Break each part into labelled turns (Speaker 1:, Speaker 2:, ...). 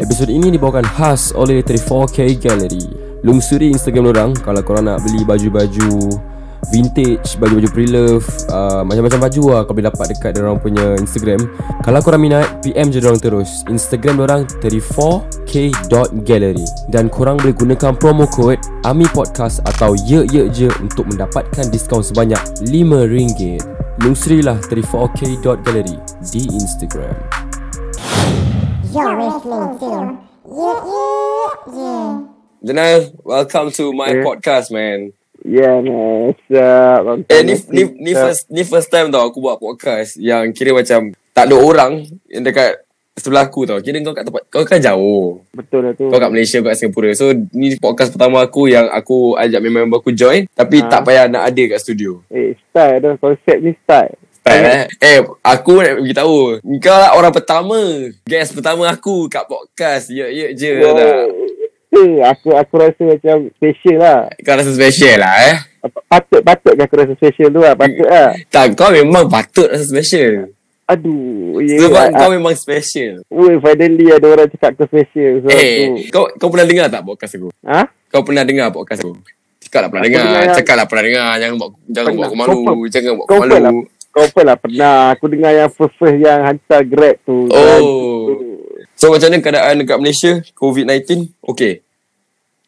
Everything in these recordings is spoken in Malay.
Speaker 1: Episod ini dibawakan khas oleh 34K Gallery Lungsuri Instagram orang Kalau korang nak beli baju-baju vintage, baju-baju pre-love uh, Macam-macam baju lah kau boleh dapat dekat orang punya Instagram Kalau korang minat, PM je orang terus Instagram orang 34k.gallery Dan korang boleh gunakan promo code AMI Podcast atau Ye Ye Je Untuk mendapatkan diskaun sebanyak RM5 Lungsurilah 34k.gallery di Instagram
Speaker 2: You're listening to Yeah Yeah Yeah.
Speaker 1: Janal, welcome to my
Speaker 3: Eh.
Speaker 1: podcast man
Speaker 3: Yeah, man. What's up? I'm
Speaker 1: Eh ni, ni,
Speaker 3: trying to
Speaker 1: ni
Speaker 3: think
Speaker 1: first ni first time tau aku buat podcast yang kira macam tak ada orang yang dekat sebelah aku tau. Kira kau kat tempat kau kan jauh.
Speaker 3: tak Betul lah tu.
Speaker 1: Kau kat Malaysia, kau kat Singapura. So ni podcast pertama aku yang aku ajak member aku join tapi
Speaker 3: Ha.
Speaker 1: tak payah nak ada kat studio.
Speaker 3: Eh, start tu. Konsep ni start.
Speaker 1: Eh, eh aku nak beritahu kau lah orang pertama guest pertama aku kat podcast. Ya ya je
Speaker 3: Wow.
Speaker 1: tak.
Speaker 3: Eh, aku aku rasa macam special lah.
Speaker 1: Kau rasa special lah eh.
Speaker 3: Patut patut aku rasa special tu lah. Patut lah.
Speaker 1: Tak kau memang patut rasa special.
Speaker 3: Aduh. Yeah,
Speaker 1: Sebab
Speaker 3: ah,
Speaker 1: kau memang special.
Speaker 3: Weh, finally ada orang cakap aku special. So
Speaker 1: Eh,
Speaker 3: aku,
Speaker 1: kau kau pernah dengar tak podcast aku?
Speaker 3: ha?
Speaker 1: Kau pernah dengar podcast aku? Cakap lah pernah
Speaker 3: Aku
Speaker 1: dengar.
Speaker 3: dengar yang-
Speaker 1: Cakap lah pernah dengar. Jangan buat jangan
Speaker 3: Pernah.
Speaker 1: buat aku malu.
Speaker 3: Confirm.
Speaker 1: Jangan buat aku
Speaker 3: Kau
Speaker 1: malu.
Speaker 3: pun lah. Kau pun lah pernah. Aku dengar yang first-first yang hantar grab tu. Kan?
Speaker 1: Oh. So macam mana keadaan dekat Malaysia? COVID-19? Okay.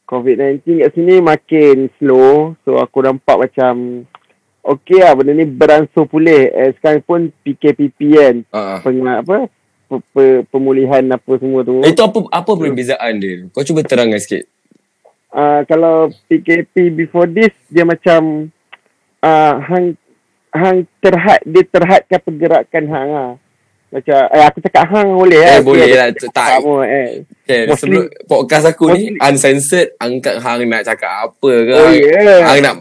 Speaker 3: COVID-19 kat sini makin slow. So aku nampak macam okey lah benda ni beransur pulih. Eh, sekarang pun PKPP kan.
Speaker 1: Uh.
Speaker 3: Peng, apa? Pe, pe, pemulihan apa semua tu.
Speaker 1: Itu apa apa perbezaan dia? Kau cuba terangkan sikit.
Speaker 3: Uh, kalau PKP before this dia macam uh, hang hang terhad dia terhadkan pergerakan hang ah. Macam eh aku cakap hang boleh
Speaker 1: Eh,
Speaker 3: eh.
Speaker 1: boleh lah. Tak.
Speaker 3: Kamu eh.
Speaker 1: Okay,
Speaker 3: Mostly-
Speaker 1: Kan, sebelum podcast aku ni
Speaker 3: mostly-
Speaker 1: uncensored, angkat hang nak cakap apa ke.
Speaker 3: Oh,
Speaker 1: hang,
Speaker 3: yeah.
Speaker 1: hang nak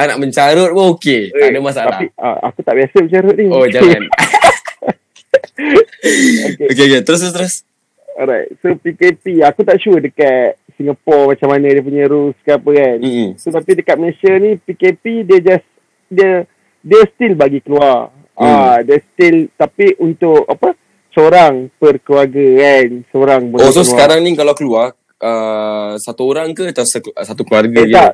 Speaker 1: hang nak mencarut pun okey. Tak ada masalah.
Speaker 3: Tapi uh, aku tak biasa bercarut ni.
Speaker 1: Oh, jangan.
Speaker 3: okay.
Speaker 1: okay, okay. Terus, terus, terus.
Speaker 3: Alright, so PKP aku tak sure dekat Singapore macam mana dia punya rules ke apa kan.
Speaker 1: Mm-mm.
Speaker 3: So tapi dekat Malaysia ni PKP dia just dia dia still bagi keluar.
Speaker 1: Hmm.
Speaker 3: Ah, dia still tapi untuk apa? Seorang per keluarga kan. Seorang boleh
Speaker 1: Oh, so
Speaker 3: keluar.
Speaker 1: sekarang ni kalau keluar, uh, satu orang ke atau seku- satu keluarga
Speaker 3: eh,
Speaker 1: je?
Speaker 3: tak.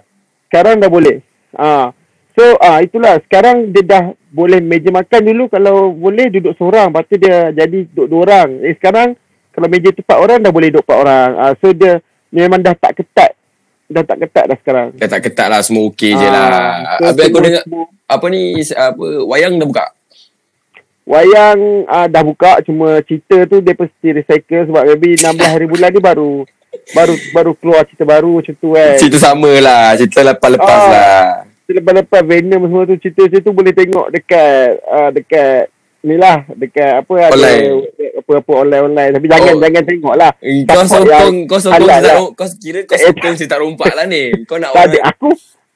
Speaker 3: Sekarang dah boleh. Ah. So ah itulah sekarang dia dah boleh meja makan dulu kalau boleh duduk seorang. Lepas tu dia jadi duduk dua orang. Eh sekarang kalau meja tu empat orang dah boleh duduk empat orang. Ah so dia memang dah tak ketat. Dah tak ketat dah sekarang.
Speaker 1: Dah tak ketat lah, semua okey je
Speaker 3: Ah,
Speaker 1: lah.
Speaker 3: so
Speaker 1: Habis aku
Speaker 3: semua-
Speaker 1: dengar,
Speaker 3: semua-
Speaker 1: apa ni, s- apa, wayang dah buka?
Speaker 3: Wayang uh, dah buka cuma cerita tu dia mesti recycle sebab maybe 16 hari bulan ni baru baru baru keluar cerita baru macam tu kan.
Speaker 1: Cerita sama lah, cerita lepas-lepas
Speaker 3: Ah.
Speaker 1: lah.
Speaker 3: Cerita lepas-lepas Venom semua tu cerita-cerita tu boleh tengok dekat uh, dekat ni lah dekat apa
Speaker 1: Online.
Speaker 3: ada apa-apa online-online tapi jangan
Speaker 1: Oh.
Speaker 3: jangan tengok lah.
Speaker 1: Eh, Kau
Speaker 3: Support
Speaker 1: sokong,
Speaker 3: yang
Speaker 1: kau sokong,
Speaker 3: halal
Speaker 1: cerita
Speaker 3: lah.
Speaker 1: rom- kau kira kau
Speaker 3: Eh,
Speaker 1: sokong cerita rompak lah ni. Kau nak
Speaker 3: Tak ada
Speaker 1: orang,
Speaker 3: aku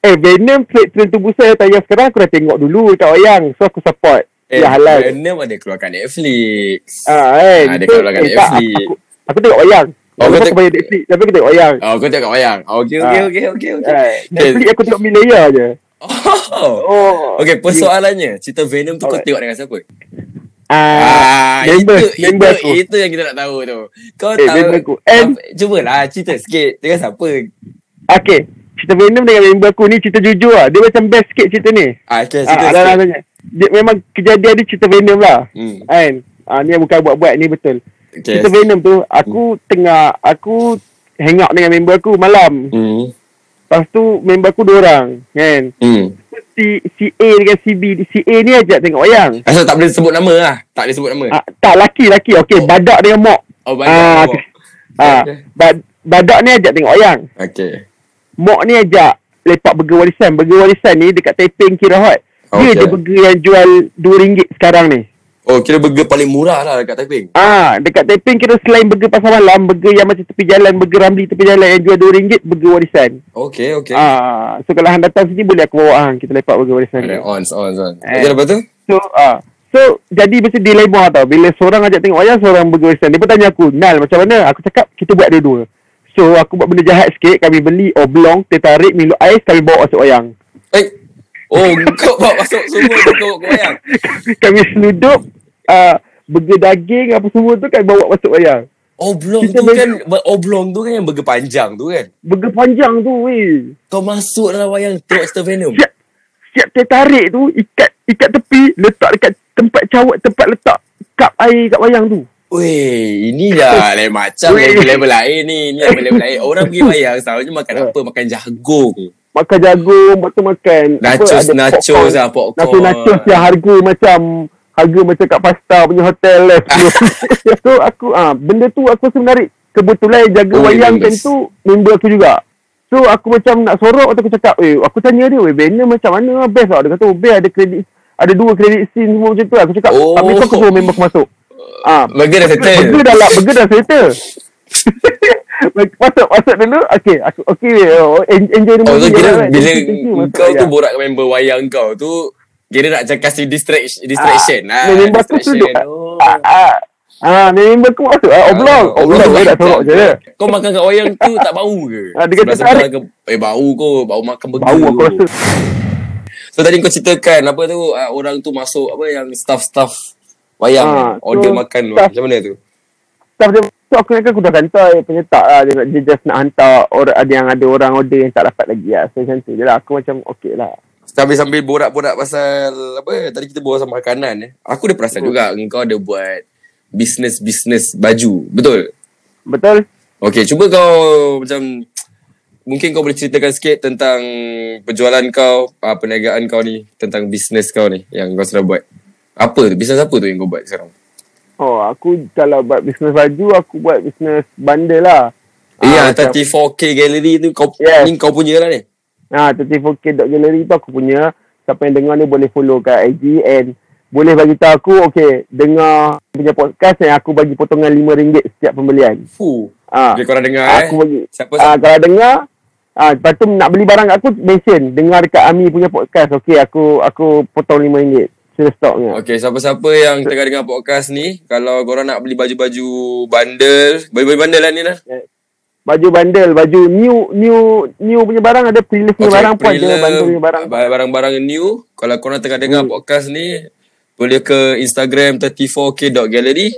Speaker 3: eh Venom trade trend tu busa tayang sekarang aku dah tengok dulu dekat wayang so aku support.
Speaker 1: eh,
Speaker 3: ya halal.
Speaker 1: Venom ada keluarkan Netflix.
Speaker 3: Ah, kan.
Speaker 1: Ah, dia
Speaker 3: So,
Speaker 1: keluarkan
Speaker 3: eh, tak,
Speaker 1: Netflix.
Speaker 3: Aku, aku tengok wayang.
Speaker 1: Oh,
Speaker 3: Oh,
Speaker 1: kau
Speaker 3: aku
Speaker 1: tengok-
Speaker 3: bayar Netflix tapi aku tengok wayang.
Speaker 1: Oh, kau tengok wayang. Oh, okay, okay,
Speaker 3: Ah.
Speaker 1: okay, okay, okay.
Speaker 3: Uh, Netflix
Speaker 1: Okay.
Speaker 3: aku tengok Milaya je.
Speaker 1: Oh.
Speaker 3: Oh.
Speaker 1: Okay, persoalannya, cerita Venom tu kau
Speaker 3: Alright.
Speaker 1: tengok dengan siapa? Ah,
Speaker 3: Ah, member,
Speaker 1: itu,
Speaker 3: member
Speaker 1: itu,
Speaker 3: aku.
Speaker 1: itu yang kita nak tahu tu. Kau
Speaker 3: Eh,
Speaker 1: tahu.
Speaker 3: member aku. And-
Speaker 1: apa- Cubalah cerita sikit dengan siapa.
Speaker 3: okay. Cerita Venom dengan member aku ni cerita jujur lah. Dia macam best sikit cerita ni.
Speaker 1: Ah, okay, cerita
Speaker 3: Ah,
Speaker 1: sikit.
Speaker 3: ada rasanya. Dia memang kejadian dia cerita Venom lah.
Speaker 1: Hmm.
Speaker 3: Kan? Ah, ni bukan buat-buat ni betul.
Speaker 1: Okay.
Speaker 3: Cerita Venom tu aku
Speaker 1: Hmm.
Speaker 3: tengah aku hang out dengan member aku malam.
Speaker 1: Hmm.
Speaker 3: Lepas tu member aku dua orang kan.
Speaker 1: Hmm.
Speaker 3: Si, si A dengan si B, si A ni ajak tengok wayang.
Speaker 1: Asal tak boleh sebut nama lah. Tak boleh sebut nama.
Speaker 3: Ah, tak laki laki.
Speaker 1: Oh.
Speaker 3: Okey, badak dengan mok.
Speaker 1: Oh, baik.
Speaker 3: Ah,
Speaker 1: Oh.
Speaker 3: Ah,
Speaker 1: Okay.
Speaker 3: bad, badak ni ajak tengok wayang.
Speaker 1: Okay.
Speaker 3: Mok ni ajak lepak burger warisan. Burger warisan ni dekat Taiping kira hot. Dia
Speaker 1: Okay.
Speaker 3: je burger yang jual RM2 sekarang ni.
Speaker 1: Oh, kira burger paling murah lah dekat Taiping.
Speaker 3: Ah, dekat Taiping kira selain burger pasar malam, burger yang macam tepi jalan, burger Ramli tepi jalan yang jual RM2, burger warisan.
Speaker 1: Okay, okay. Ah.
Speaker 3: Ah, so kalau hang datang sini boleh aku bawa hang kita lepak burger warisan.
Speaker 1: Okay,
Speaker 3: ni.
Speaker 1: on, on, on.
Speaker 3: Eh.
Speaker 1: Okay, lepas tu?
Speaker 3: So, ah, so jadi macam dilema tau. Bila seorang ajak tengok wayang, seorang burger warisan. Dia pun tanya aku, Nal macam mana? Aku cakap kita buat dua-dua. So aku buat benda jahat sikit, kami beli oblong, teh tarik, milo ais, kami bawa masuk wayang.
Speaker 1: Eh. Oh, kau bawa masuk semua tu kau kau bayang.
Speaker 3: ah, kami seludup uh, burger daging apa semua tu kan bawa masuk wayang.
Speaker 1: Oblong
Speaker 3: Kita
Speaker 1: tu
Speaker 3: main-
Speaker 1: kan Oblong tu kan yang burger panjang tu kan
Speaker 3: Burger panjang tu weh.
Speaker 1: Kau masuk dalam wayang Monster Venom
Speaker 3: Siap siap tertarik tu ikat ikat tepi letak dekat tempat cawat tempat letak cup air kat wayang tu.
Speaker 1: Weh Inilah lain macam
Speaker 3: Weh.
Speaker 1: Level-level lain ni Ini level-level lain Orang pergi wayang Selalunya makan
Speaker 3: Ah.
Speaker 1: apa Makan jagung
Speaker 3: Makan jagung, makan makan.
Speaker 1: Nachos Nachos lah
Speaker 3: Nachos
Speaker 1: Popcorn
Speaker 3: nachos ya. yang harga macam harga macam kat pasta punya hotel lah. so aku ah benda tu aku rasa menarik. Kebetulan yang jaga
Speaker 1: Oh,
Speaker 3: wayang
Speaker 1: members.
Speaker 3: time tu member aku juga. So aku macam nak sorok waktu aku cakap, "Eh, aku tanya dia, weh, banner macam mana? lah, Best tak?" Dia kata, oh, "Best ada kredit ada dua kredit scene semua macam tu lah. Aku cakap,
Speaker 1: Oh.
Speaker 3: habis tu aku suruh member aku masuk. Ah,
Speaker 1: Burger dah settle
Speaker 3: Burger dah lah, burger dah settle. masuk, masuk dulu. Okay, aku, okay. Oh, en- enjoy the
Speaker 1: Oh
Speaker 3: movie.
Speaker 1: kau kira
Speaker 3: alright.
Speaker 1: Bila
Speaker 3: Thank you, thank you. Masuk,
Speaker 1: kau tu
Speaker 3: ya.
Speaker 1: borak dengan member wayang kau tu Kira nak macam kasih distraction Distraction
Speaker 3: Ah,
Speaker 1: ah,
Speaker 3: member aku tu
Speaker 1: distraction.
Speaker 3: duduk.
Speaker 1: Oh.
Speaker 3: Ah, ah, ah, member aku masuk. Ah, oblong,
Speaker 1: Ah,
Speaker 3: oblong. Dia dah sorok je. dia.
Speaker 1: Kau makan kat wayang tu tak bau ke?
Speaker 3: Ah, dia kata
Speaker 1: Sebelah-sebelah ke, eh bau kau, bau makan burger.
Speaker 3: Bau aku
Speaker 1: kau.
Speaker 3: rasa.
Speaker 1: So tadi kau ceritakan apa tu ah, orang tu masuk apa yang staff-staff wayang
Speaker 3: Ah,
Speaker 1: kan? order
Speaker 3: so,
Speaker 1: makan tu.
Speaker 3: staff-
Speaker 1: macam mana tu?
Speaker 3: Staff dia tu aku ingatkan aku dah hantar eh, penyertak lah. Dia, nak- dia just nak hantar orang, ada yang ada orang order yang tak dapat lagi lah. So macam tu je lah. Aku macam okay lah.
Speaker 1: Sambil sambil borak-borak pasal apa tadi kita borak pasal makanan eh. Aku ada perasan juga engkau ada buat bisnes-bisnes baju. Betul?
Speaker 3: Betul?
Speaker 1: Okay, cuba kau macam mungkin kau boleh ceritakan sikit tentang penjualan kau, uh, perniagaan kau ni, tentang bisnes kau ni yang kau sedang buat. Apa tu? Bisnes apa tu yang kau buat sekarang?
Speaker 3: Oh, aku kalau buat bisnes baju, aku buat bisnes bundle lah.
Speaker 1: Ya, yeah,
Speaker 3: macam-
Speaker 1: 34K gallery tu kau
Speaker 3: Yes.
Speaker 1: ni kau punya lah ni.
Speaker 3: Ha, 34k.gallery tu aku punya. Siapa yang dengar ni boleh follow kat IG and boleh bagi tahu aku, okay, dengar punya podcast yang aku bagi potongan RM5 setiap pembelian.
Speaker 1: Fuh.
Speaker 3: Ha.
Speaker 1: Okay, korang dengar eh.
Speaker 3: Aku bagi.
Speaker 1: Siapa
Speaker 3: Ha, kalau dengar, ha, lepas tu nak beli barang kat aku, mention. Dengar dekat Ami punya podcast. Okay, aku aku potong RM5. Sila stoknya.
Speaker 1: Okay, siapa-siapa yang tengah dengar podcast ni, kalau korang nak beli baju-baju bundle, baju-baju bundle lah ni lah.
Speaker 3: Baju bandel, baju new new new punya barang ada pre-list punya barang pun ada,
Speaker 1: pre-love,
Speaker 3: bandel punya barang.
Speaker 1: ba- Barang-barang new. Kalau korang tengah dengar hmm. podcast ni, boleh ke Instagram 34k.gallery.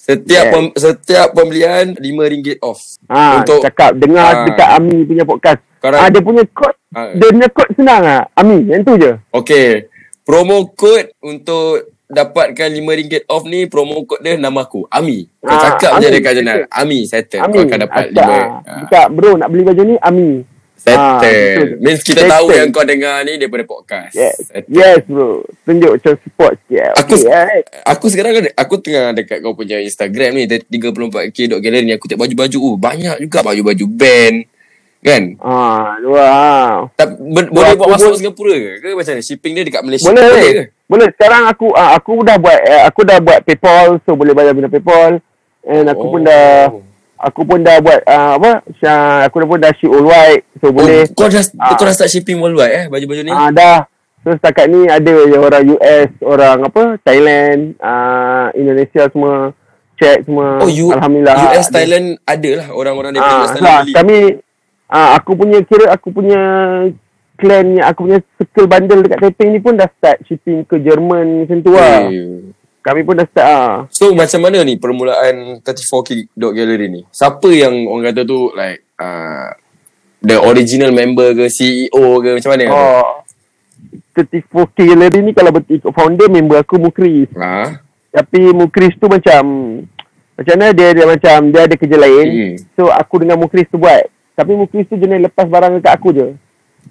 Speaker 1: Setiap
Speaker 3: Yes.
Speaker 1: pem, setiap pembelian RM5 off.
Speaker 3: Ha,
Speaker 1: Untuk-
Speaker 3: cakap dengar
Speaker 1: Ah.
Speaker 3: dekat Ami punya podcast.
Speaker 1: Korang-
Speaker 3: Ah, dia punya kod,
Speaker 1: Ah.
Speaker 3: dia punya kod senang ah. Ami, yang tu je.
Speaker 1: Okay. Promo code untuk dapatkan RM5 off ni, promo code dia nama aku. Ami. Kau
Speaker 3: Ah,
Speaker 1: cakap je
Speaker 3: Ami.
Speaker 1: dekat jenal. Ami, settle.
Speaker 3: Ami.
Speaker 1: Kau akan dapat
Speaker 3: ah,
Speaker 1: RM5.
Speaker 3: ah. Cakap, bro nak beli baju ni Ami. Ah, betul.
Speaker 1: Settle. Means kita tahu
Speaker 3: Settle.
Speaker 1: yang kau dengar ni daripada podcast.
Speaker 3: Yes.
Speaker 1: Settle.
Speaker 3: Yes bro. Tunjuk macam support sikit.
Speaker 1: Aku-
Speaker 3: Okay, alright.
Speaker 1: Aku sekarang ada- aku tengah dekat kau punya Instagram ni 34k.gallery ni aku tengok baju-baju oh banyak juga baju-baju band kan.
Speaker 3: Ah, wow.
Speaker 1: Tak, ber, boleh
Speaker 3: Ya, aku
Speaker 1: buat masuk
Speaker 3: pun-
Speaker 1: Singapura ke? ke macam mana? Shipping dia dekat Malaysia
Speaker 3: Boleh. Boleh.
Speaker 1: ke? Oh,
Speaker 3: boleh. Sekarang aku ah, aku dah buat eh, aku dah buat PayPal so boleh bayar guna PayPal. And aku pun dah
Speaker 1: Oh.
Speaker 3: aku pun dah buat ah, apa? Syah, aku dah pun dah shoot all white so boleh.
Speaker 1: Oh, kau dah
Speaker 3: Ah.
Speaker 1: kau dah start shipping worldwide eh baju-baju ni?
Speaker 3: Ah dah. So setakat ni ada je orang US, orang apa? Thailand, ah Indonesia semua, Czech semua.
Speaker 1: oh, U,
Speaker 3: Alhamdulillah.
Speaker 1: US
Speaker 3: Ada.
Speaker 1: Thailand ada lah orang-orang daripada
Speaker 3: Ah,
Speaker 1: US Thailand
Speaker 3: lah,
Speaker 1: beli.
Speaker 3: kami ah aku punya kira aku punya clan ni aku punya circle bundle dekat Taiping ni pun dah start shipping ke Jerman macam tu lah.
Speaker 1: Eh.
Speaker 3: Kami pun dah start ah.
Speaker 1: So macam mana ni permulaan 34K Dog Gallery ni? Siapa yang orang kata tu like uh, the original member ke CEO ke macam mana?
Speaker 3: Oh. 34k lebih ni kalau betul ikut founder member aku Mukris.
Speaker 1: Ha?
Speaker 3: Tapi Mukris tu macam macam mana dia dia macam dia ada kerja lain.
Speaker 1: Hmm.
Speaker 3: So aku dengan Mukris tu buat. Tapi Mukris tu jenis lepas barang dekat aku je.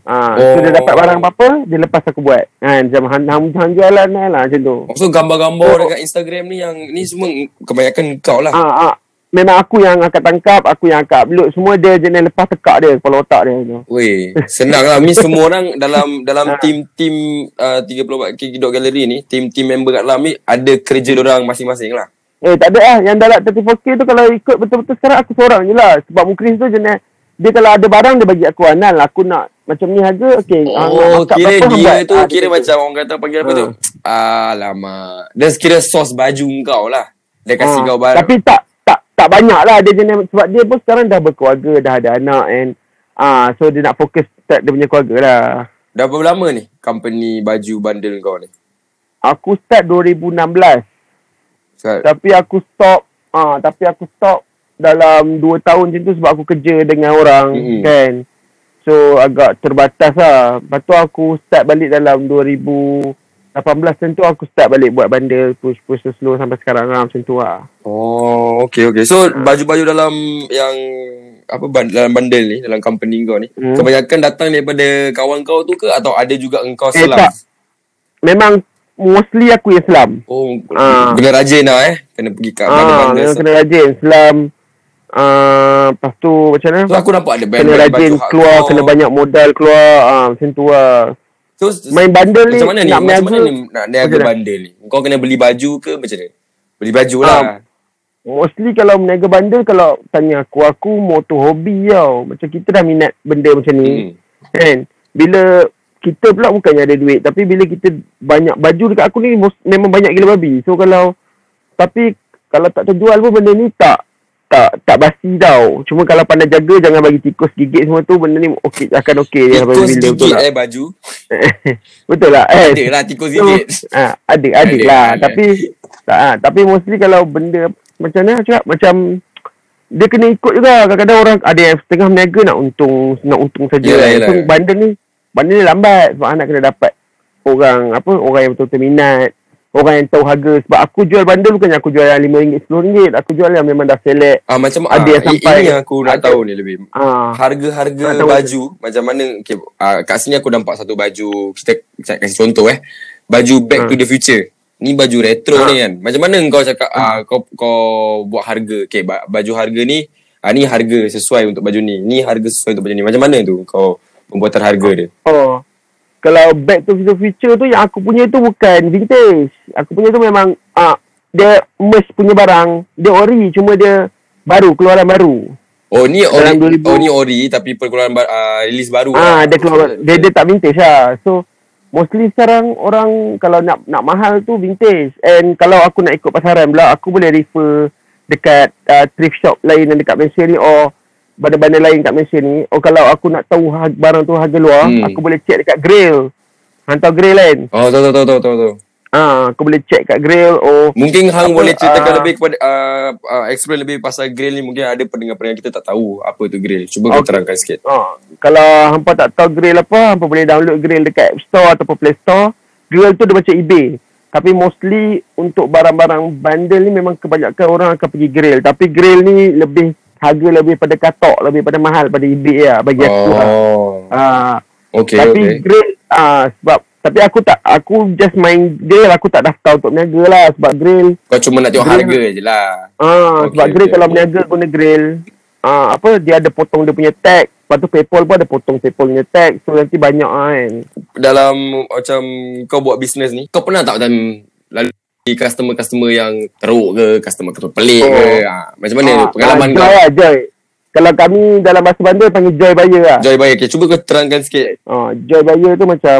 Speaker 3: Ah, oh. so
Speaker 1: Oh.
Speaker 3: dia dapat barang apa-apa, dia lepas aku buat. Ha, macam hang hang, hang jualan lah, lah macam tu.
Speaker 1: Oh, So gambar-gambar
Speaker 3: Oh.
Speaker 1: dekat Instagram ni yang ni semua kebanyakan kau lah.
Speaker 3: Ah, ah, memang aku yang angkat tangkap, aku yang angkat upload semua dia jenis lepas tekak dia kepala otak dia tu.
Speaker 1: Weh, senang lah. Ni semua orang dalam dalam
Speaker 3: Ah.
Speaker 1: tim-tim uh, 34K Dog Gallery ni, tim-tim member kat dalam ni ada kerja orang masing-masing lah.
Speaker 3: Eh tak ada lah Yang dalam 34k tu Kalau ikut betul-betul sekarang Aku seorang je lah Sebab Mukris tu jenis Dia kalau ada barang Dia bagi aku Anal lah. aku nak Macam ni harga Okay hang nak
Speaker 1: Oh,
Speaker 3: markup
Speaker 1: kira
Speaker 3: berapa, hang
Speaker 1: dia
Speaker 3: buat.
Speaker 1: tu
Speaker 3: Ah,
Speaker 1: kira
Speaker 3: dia
Speaker 1: macam orang kata panggil apa
Speaker 3: Ha.
Speaker 1: tu? Alamak. Dia kira sos baju kau lah. Dia
Speaker 3: Ah,
Speaker 1: kasi kau barang.
Speaker 3: Tapi tak tak tak banyak lah Dia jenis Sebab dia pun sekarang Dah berkeluarga Dah ada anak And ah So dia nak fokus Start dia punya keluarga lah
Speaker 1: Dah berapa lama ni company baju bundle kau ni?
Speaker 3: Aku start 2016
Speaker 1: So,
Speaker 3: Tapi aku stop ah Tapi aku stop dalam 2 tahun macam tu sebab aku kerja dengan orang
Speaker 1: Mm-mm.
Speaker 3: mm-hmm. kan. So agak terbatas lah. Lepas tu aku start balik dalam 2018 macam tu aku start balik buat bundle push-push slow sampai sekarang lah macam tu lah.
Speaker 1: Oh, okay, okay. So, baju-baju dalam yang apa ban- dalam bundle ni, dalam company kau ni, hmm.
Speaker 3: Hmm.
Speaker 1: kebanyakan datang daripada kawan kau tu ke atau ada juga engkau
Speaker 3: Eh,
Speaker 1: selam?
Speaker 3: tak. Memang mostly aku Islam.
Speaker 1: Oh,
Speaker 3: Ah.
Speaker 1: kena rajin lah eh. Kena pergi kat
Speaker 3: Ah,
Speaker 1: bandar-bandar.
Speaker 3: memang kena rajin Islam. Ah, lepas tu macam mana?
Speaker 1: So, aku nampak ada
Speaker 3: kena
Speaker 1: band-band
Speaker 3: rajin
Speaker 1: baju
Speaker 3: keluar,
Speaker 1: hardcore.
Speaker 3: kena banyak modal keluar. Ah, macam tu lah.
Speaker 1: So,
Speaker 3: Main bandel ni
Speaker 1: macam mana ni?
Speaker 3: nak
Speaker 1: Macam
Speaker 3: niaga-
Speaker 1: mana ni nak niaga
Speaker 3: Macam mana?
Speaker 1: bandel ni? Kau kena beli baju ke macam mana? Beli baju lah.
Speaker 3: Ah, Mostly kalau meniaga bandel kalau tanya aku aku motor hobi tau. Macam kita dah minat benda macam
Speaker 1: Hmm.
Speaker 3: ni. Kan? Bila kita pula bukannya ada duit tapi bila kita banyak baju dekat aku ni mos- memang banyak gila babi. So kalau tapi kalau tak terjual pun benda ni tak tak tak basi tau. Cuma kalau pandai jaga jangan bagi tikus gigit semua tu benda ni okey akan okey je sampai
Speaker 1: Tikus
Speaker 3: bila, betul
Speaker 1: gigit
Speaker 3: tak?
Speaker 1: eh baju.
Speaker 3: betul lah. Eh,
Speaker 1: Ada lah tikus
Speaker 3: So,
Speaker 1: gigit.
Speaker 3: ah, ada, ada,
Speaker 1: Ada,
Speaker 3: lah.
Speaker 1: ada.
Speaker 3: Tapi, tak, ah, tapi mostly kalau benda macam mana cakap, macam dia kena ikut juga. Kadang-kadang orang ada yang setengah meniaga nak untung, nak untung saja.
Speaker 1: Yelah,
Speaker 3: kan.
Speaker 1: yelah.
Speaker 3: So, bandar ni, bandar ni lambat sebab anak kena dapat orang, apa, orang yang betul-betul minat. Orang yang tahu harga sebab aku jual bandar bukannya aku jual yang RM5, RM10. Aku jual yang memang dah select.
Speaker 1: Ah macam
Speaker 3: Ada
Speaker 1: ah,
Speaker 3: yang sampai-
Speaker 1: ini yang aku nak
Speaker 3: ada-
Speaker 1: tahu ni lebih.
Speaker 3: Ah, Nak
Speaker 1: Harga-harga
Speaker 3: tahu
Speaker 1: baju macam mana okay, ah, kat sini aku nampak satu baju kita saya kasih contoh eh. Baju Back
Speaker 3: Ah.
Speaker 1: to the Future. Ni baju retro
Speaker 3: Ah.
Speaker 1: ni kan. Macam mana kau cakap ah, kau kau buat harga. Okay, ba- baju harga ni ah, ni harga sesuai untuk baju ni. Ni harga sesuai untuk baju ni. Macam mana tu kau pembuatan harga dia?
Speaker 3: Oh. Kalau Back to the Future tu yang aku punya tu bukan vintage. Aku punya tu memang ah dia merch punya barang. Dia ori cuma dia baru keluaran baru.
Speaker 1: Oh ni ori,
Speaker 3: Dalam 2000
Speaker 1: oh ni ori tapi perkeluaran bar, uh, rilis baru.
Speaker 3: Ah dia keluar dia, dia tak vintage lah. So mostly sekarang orang kalau nak nak mahal tu vintage and kalau aku nak ikut pasaran pula aku boleh refer dekat uh, thrift shop lain yang dekat Malaysia ni or bandar-bandar lain kat Malaysia ni or kalau aku nak tahu har- barang tu harga luar
Speaker 1: Hmm.
Speaker 3: hmm. aku boleh check dekat Grail. Hantar Grail kan.
Speaker 1: Oh tahu tahu tahu tahu tahu. tahu.
Speaker 3: Ah, kau boleh check kat grill oh.
Speaker 1: Mungkin hang
Speaker 3: Apa,
Speaker 1: boleh ceritakan
Speaker 3: ah,
Speaker 1: lebih kepada uh, uh, explain lebih pasal grill ni mungkin ada pendengar-pendengar kita tak tahu apa tu grill. Cuba kau
Speaker 3: Okay.
Speaker 1: terangkan sikit.
Speaker 3: Ah, kalau hampa tak tahu grill apa, hampa boleh download grill dekat App Store ataupun Play Store. Grill tu dia macam eBay. Tapi mostly untuk barang-barang bundle ni memang kebanyakan orang akan pergi grill. Tapi grill ni lebih harga lebih pada katok, lebih pada mahal pada eBay lah bagi aku lah.
Speaker 1: Oh.
Speaker 3: Ah,
Speaker 1: Okey
Speaker 3: tapi
Speaker 1: okey.
Speaker 3: grill ah sebab tapi aku tak aku just main grill aku tak daftar untuk niaga lah sebab grill
Speaker 1: Kau cuma nak tengok
Speaker 3: Grill-
Speaker 1: harga je lah.
Speaker 3: Ah,
Speaker 1: Okey,
Speaker 3: okay, sebab grill
Speaker 1: okey,
Speaker 3: kalau
Speaker 1: okey.
Speaker 3: berniaga guna grill. Ah, apa dia ada potong dia punya tag. Lepas tu PayPal pun ada potong PayPal punya tag. So nanti banyak lah kan.
Speaker 1: Dalam macam kau buat bisnes ni, kau pernah tak macam lalu customer-customer yang teruk ke, customer-customer pelik
Speaker 3: Oh.
Speaker 1: ke? Ah, macam mana
Speaker 3: Ah,
Speaker 1: tu pengalaman
Speaker 3: ah,
Speaker 1: kau?
Speaker 3: Joy lah, Joy. Kalau kami dalam bahasa bandar panggil Joy Buyer lah.
Speaker 1: Joy
Speaker 3: Joy.
Speaker 1: Bayer, okay, cuba kau terangkan sikit.
Speaker 3: Ah, Joy Buyer tu macam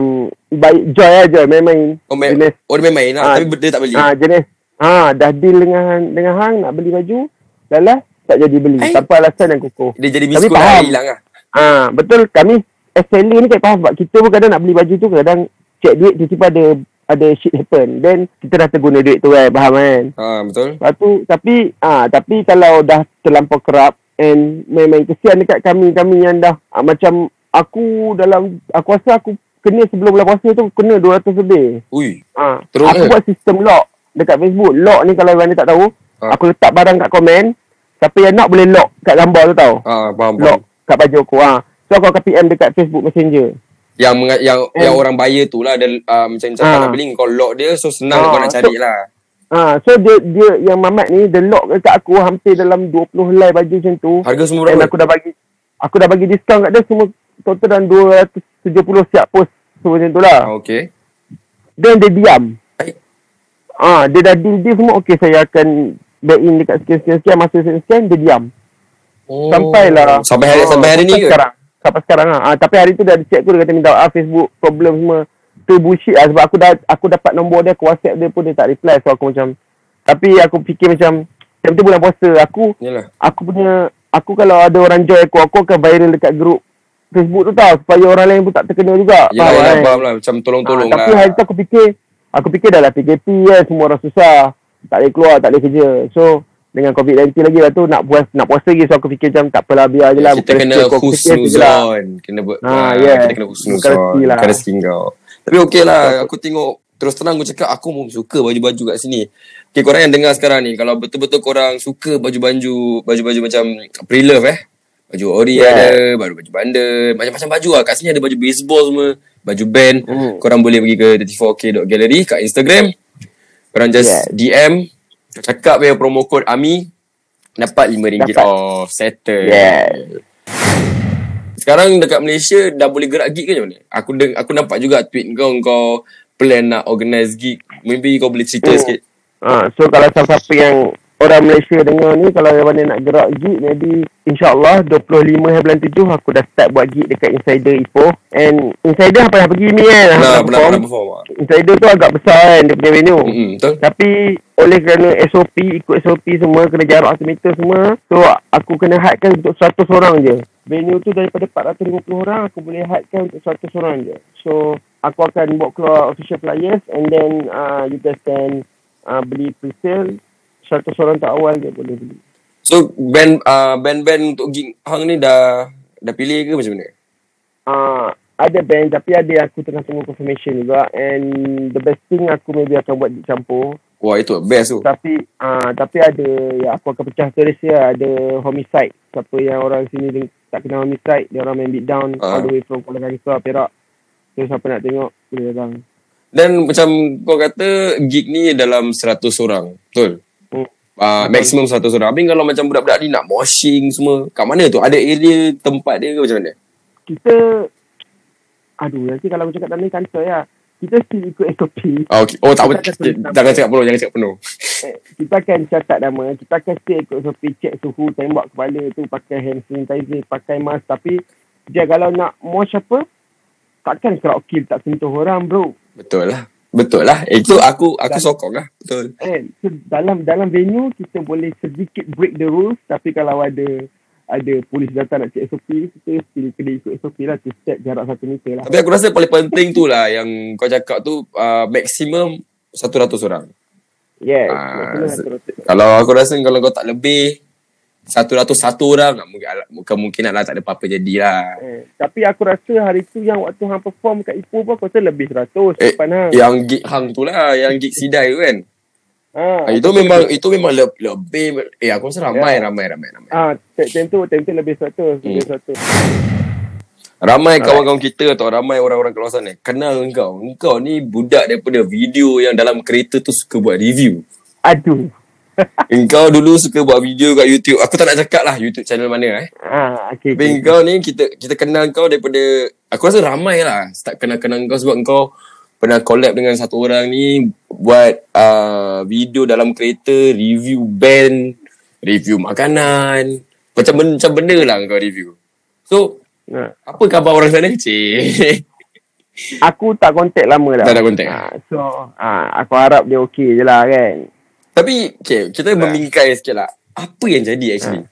Speaker 3: buy- Joy lah Joy main-main.
Speaker 1: Oh, main,
Speaker 3: Jenis-
Speaker 1: oh dia main main lah,
Speaker 3: Ah,
Speaker 1: tapi dia tak beli.
Speaker 3: Ah, jenis. Ah, dah deal dengan dengan hang nak beli baju. Lala tak jadi beli.
Speaker 1: Ai.
Speaker 3: Tanpa alasan yang kukuh.
Speaker 1: Dia jadi
Speaker 3: Tapi
Speaker 1: biskut
Speaker 3: faham.
Speaker 1: dah hilang lah.
Speaker 3: Ah betul kami as seller ni kena faham sebab kita pun kadang nak beli baju tu kadang cek duit tiba-tiba ada ada shit happen then kita dah terguna duit tu kan faham kan
Speaker 1: Ha, betul.
Speaker 3: lepas tu tapi ah tapi kalau dah terlampau kerap and main-main kesian dekat kami-kami yang dah ah, macam aku dalam aku rasa aku kena sebelum bulan puasa tu kena 200 lebih
Speaker 1: Ui.
Speaker 3: Ah,
Speaker 1: Teruk
Speaker 3: aku
Speaker 1: ke?
Speaker 3: buat sistem lock dekat Facebook. Lock ni kalau orang ni tak tahu,
Speaker 1: Ah.
Speaker 3: aku letak barang kat komen. Siapa yang nak boleh lock kat gambar tu tau.
Speaker 1: Ha, faham, faham.
Speaker 3: Lock kat baju aku. Ha. So aku akan PM dekat Facebook Messenger.
Speaker 1: yang menga- yang
Speaker 3: Eh.
Speaker 1: yang orang buyer tu lah dan uh, macam cakap
Speaker 3: Ah.
Speaker 1: nak beli kau lock dia so senang
Speaker 3: Ah,
Speaker 1: kau nak
Speaker 3: so-
Speaker 1: cari lah.
Speaker 3: Ha, so dia dia yang mamat ni dia lock dekat aku hampir dalam 20 helai baju macam tu.
Speaker 1: Harga semua
Speaker 3: Dan
Speaker 1: berapa?
Speaker 3: Eh, aku dah bagi aku dah bagi diskaun kat dia semua total dalam 270 siap post so macam tu lah.
Speaker 1: Ah, okay.
Speaker 3: Dan dia diam.
Speaker 1: Baik.
Speaker 3: Ah, dia dah deal dia semua okey saya akan back in dekat sekian-sekian masa sekian-sekian dia diam.
Speaker 1: Oh.
Speaker 3: Sampailah
Speaker 1: Sampai hari
Speaker 3: Ah,
Speaker 1: sampai hari ni
Speaker 3: sampai
Speaker 1: ke?
Speaker 3: Sekarang Sampai sekarang lah ha. Tapi hari tu dah ada chat aku Dia kata minta maaf Facebook Problem semua Tu bullshit lah Sebab aku dah Aku dapat nombor dia Aku whatsapp dia pun Dia tak reply So aku macam Tapi aku fikir macam Time tu bulan puasa Aku
Speaker 1: Yalah.
Speaker 3: Aku punya Aku kalau ada orang join aku Aku akan viral dekat grup Facebook tu tau Supaya orang lain pun tak terkena juga
Speaker 1: Yalah, yalah,
Speaker 3: kan?
Speaker 1: faham lah. Macam tolong-tolong
Speaker 3: Ah,
Speaker 1: lah.
Speaker 3: Tapi hari tu aku fikir Aku fikir dah lah PKP kan Semua orang susah Tak boleh keluar Tak boleh kerja So dengan COVID-19 lagi lah tu nak puas nak puasa lagi so aku fikir macam tak apalah biar je lah
Speaker 1: kita
Speaker 3: bukan
Speaker 1: kena
Speaker 3: sikit, kau fikir je lah.
Speaker 1: husnuzon kena buat
Speaker 3: Ah,
Speaker 1: ah,
Speaker 3: yeah.
Speaker 1: kita kena
Speaker 3: Bukan rezeki
Speaker 1: husnuzon
Speaker 3: lah.
Speaker 1: bukan rezeki kau tapi okey lah aku tengok terus terang aku cakap aku pun suka baju-baju kat sini Okay, korang yang dengar sekarang ni kalau betul-betul korang suka baju-baju baju-baju macam pre-love eh baju ori yeah.
Speaker 3: Yeah.
Speaker 1: ada baru baju bandar macam-macam baju lah kat sini ada baju baseball semua baju band
Speaker 3: Mm.
Speaker 1: korang boleh pergi ke 34k.gallery kat Instagram korang just
Speaker 3: Yes.
Speaker 1: DM cakap je promo code AMI dapat RM5
Speaker 3: Dapat.
Speaker 1: off settle
Speaker 3: Yes.
Speaker 1: sekarang dekat Malaysia dah boleh gerak gig ke macam mana? Aku deng- aku nampak juga tweet kau kau plan nak organize gig. Maybe kau boleh cerita
Speaker 3: Hmm.
Speaker 1: hmm. sikit.
Speaker 3: Ha, so kalau siapa-siapa yang orang Malaysia dengar ni kalau yang mana nak gerak gig jadi insyaallah 25 hari bulan 7 aku dah start buat gig dekat Insider Ipoh and Insider apa yang pergi ni kan
Speaker 1: Nah,
Speaker 3: Hang
Speaker 1: pernah pernah perform. Hmm. ah.
Speaker 3: Insider tu agak besar kan dia punya venue
Speaker 1: Mm-mm, betul?
Speaker 3: Tapi oleh kerana SOP, ikut SOP semua, kena jarak 1 meter semua. So aku kena hadkan untuk 100 orang je. Venue tu daripada 450 orang, aku boleh hadkan untuk 100 orang je. So aku akan buat keluar official flyers and then uh, you guys can uh, beli pre-sale. 100 orang tak awal je boleh beli.
Speaker 1: So band uh, band-band untuk gig hang ni dah dah pilih ke macam mana?
Speaker 3: Uh, ada band tapi ada yang aku tengah tunggu confirmation juga and the best thing aku maybe akan buat di campur
Speaker 1: Wah, itu lah best tu.
Speaker 3: tapi uh, tapi ada yang aku akan pecah terus ya ada homicide siapa yang orang sini deng- tak kenal homicide dia orang main beat down uh.
Speaker 1: Ah.
Speaker 3: all the way from Kuala Kangsar Perak so siapa nak tengok boleh datang
Speaker 1: Dan macam kau kata gig ni dalam 100 orang. Betul?
Speaker 3: Hmm.
Speaker 1: Uh, maximum 100 orang. Habis kalau macam budak-budak ni nak moshing semua, kat mana tu? Ada area tempat dia ke macam mana?
Speaker 3: kita aduh nanti kalau aku cakap dalam ni kantor ya kita still ikut SOP
Speaker 1: Oh, okay. oh tak apa.
Speaker 3: Kita akan tulis nama.
Speaker 1: Jangan cakap penuh, jangan cakap penuh.
Speaker 3: Eh, kita akan catat nama kita akan still ikut SOP check suhu tembak kepala tu pakai hand sanitizer pakai mask tapi dia kalau nak mosh apa takkan karaoke tak sentuh orang bro
Speaker 1: Betul lah. Betul lah. Eh, Itu aku aku sokong lah. Betul.
Speaker 3: kan so, dalam dalam venue kita boleh sedikit break the rules tapi kalau ada ada polis datang nak cek SOP kita still kena ikut SOP lah to step jarak satu meter lah
Speaker 1: Tapi aku rasa paling penting tu lah yang kau cakap tu uh, maksimum 100 orang.
Speaker 3: yes
Speaker 1: Ah,
Speaker 3: Maksudnya
Speaker 1: se-
Speaker 3: satu-
Speaker 1: Kalau aku rasa kalau kau tak lebih 101 orang mungkin kemungkinan lah tak ada apa-apa jadilah.
Speaker 3: eh, tapi aku rasa hari tu yang waktu hang perform kat Ipoh pun aku rasa lebih 100
Speaker 1: Eh,
Speaker 3: depan hang
Speaker 1: Yang gig hang tu lah, yang gig sidai tu kan.
Speaker 3: ha,
Speaker 1: Ah, itu memang itu memang le- lebih eh aku rasa ramai
Speaker 3: Ya.
Speaker 1: ramai ramai ramai.
Speaker 3: ah time tu time tu lebih 100
Speaker 1: Hmm.
Speaker 3: lebih 100
Speaker 1: Ramai kawan-kawan kita atau ramai orang-orang kat luar sana kenal engkau. Engkau ni budak daripada video yang dalam kereta tu suka buat review.
Speaker 3: aduh
Speaker 1: Engkau dulu suka buat video kat YouTube. Aku tak nak cakap lah YouTube channel mana eh.
Speaker 3: ah okey
Speaker 1: Tapi
Speaker 3: okay.
Speaker 1: engkau ni kita kita kenal kau daripada aku rasa ramai lah start kenal-kenal kau sebab engkau pernah collab dengan satu orang ni buat uh, video dalam kereta, review band, review makanan. Macam benda, macam benda lah engkau review. So,
Speaker 3: Ha.
Speaker 1: apa khabar orang sana? Cik.
Speaker 3: aku tak kontak lama dah
Speaker 1: Tak ada kontak.
Speaker 3: ah, so ah, aku harap dia okey je lah kan
Speaker 1: Tapi okay, kita membingkai sikit lah. Apa yang jadi actually?
Speaker 3: Ha.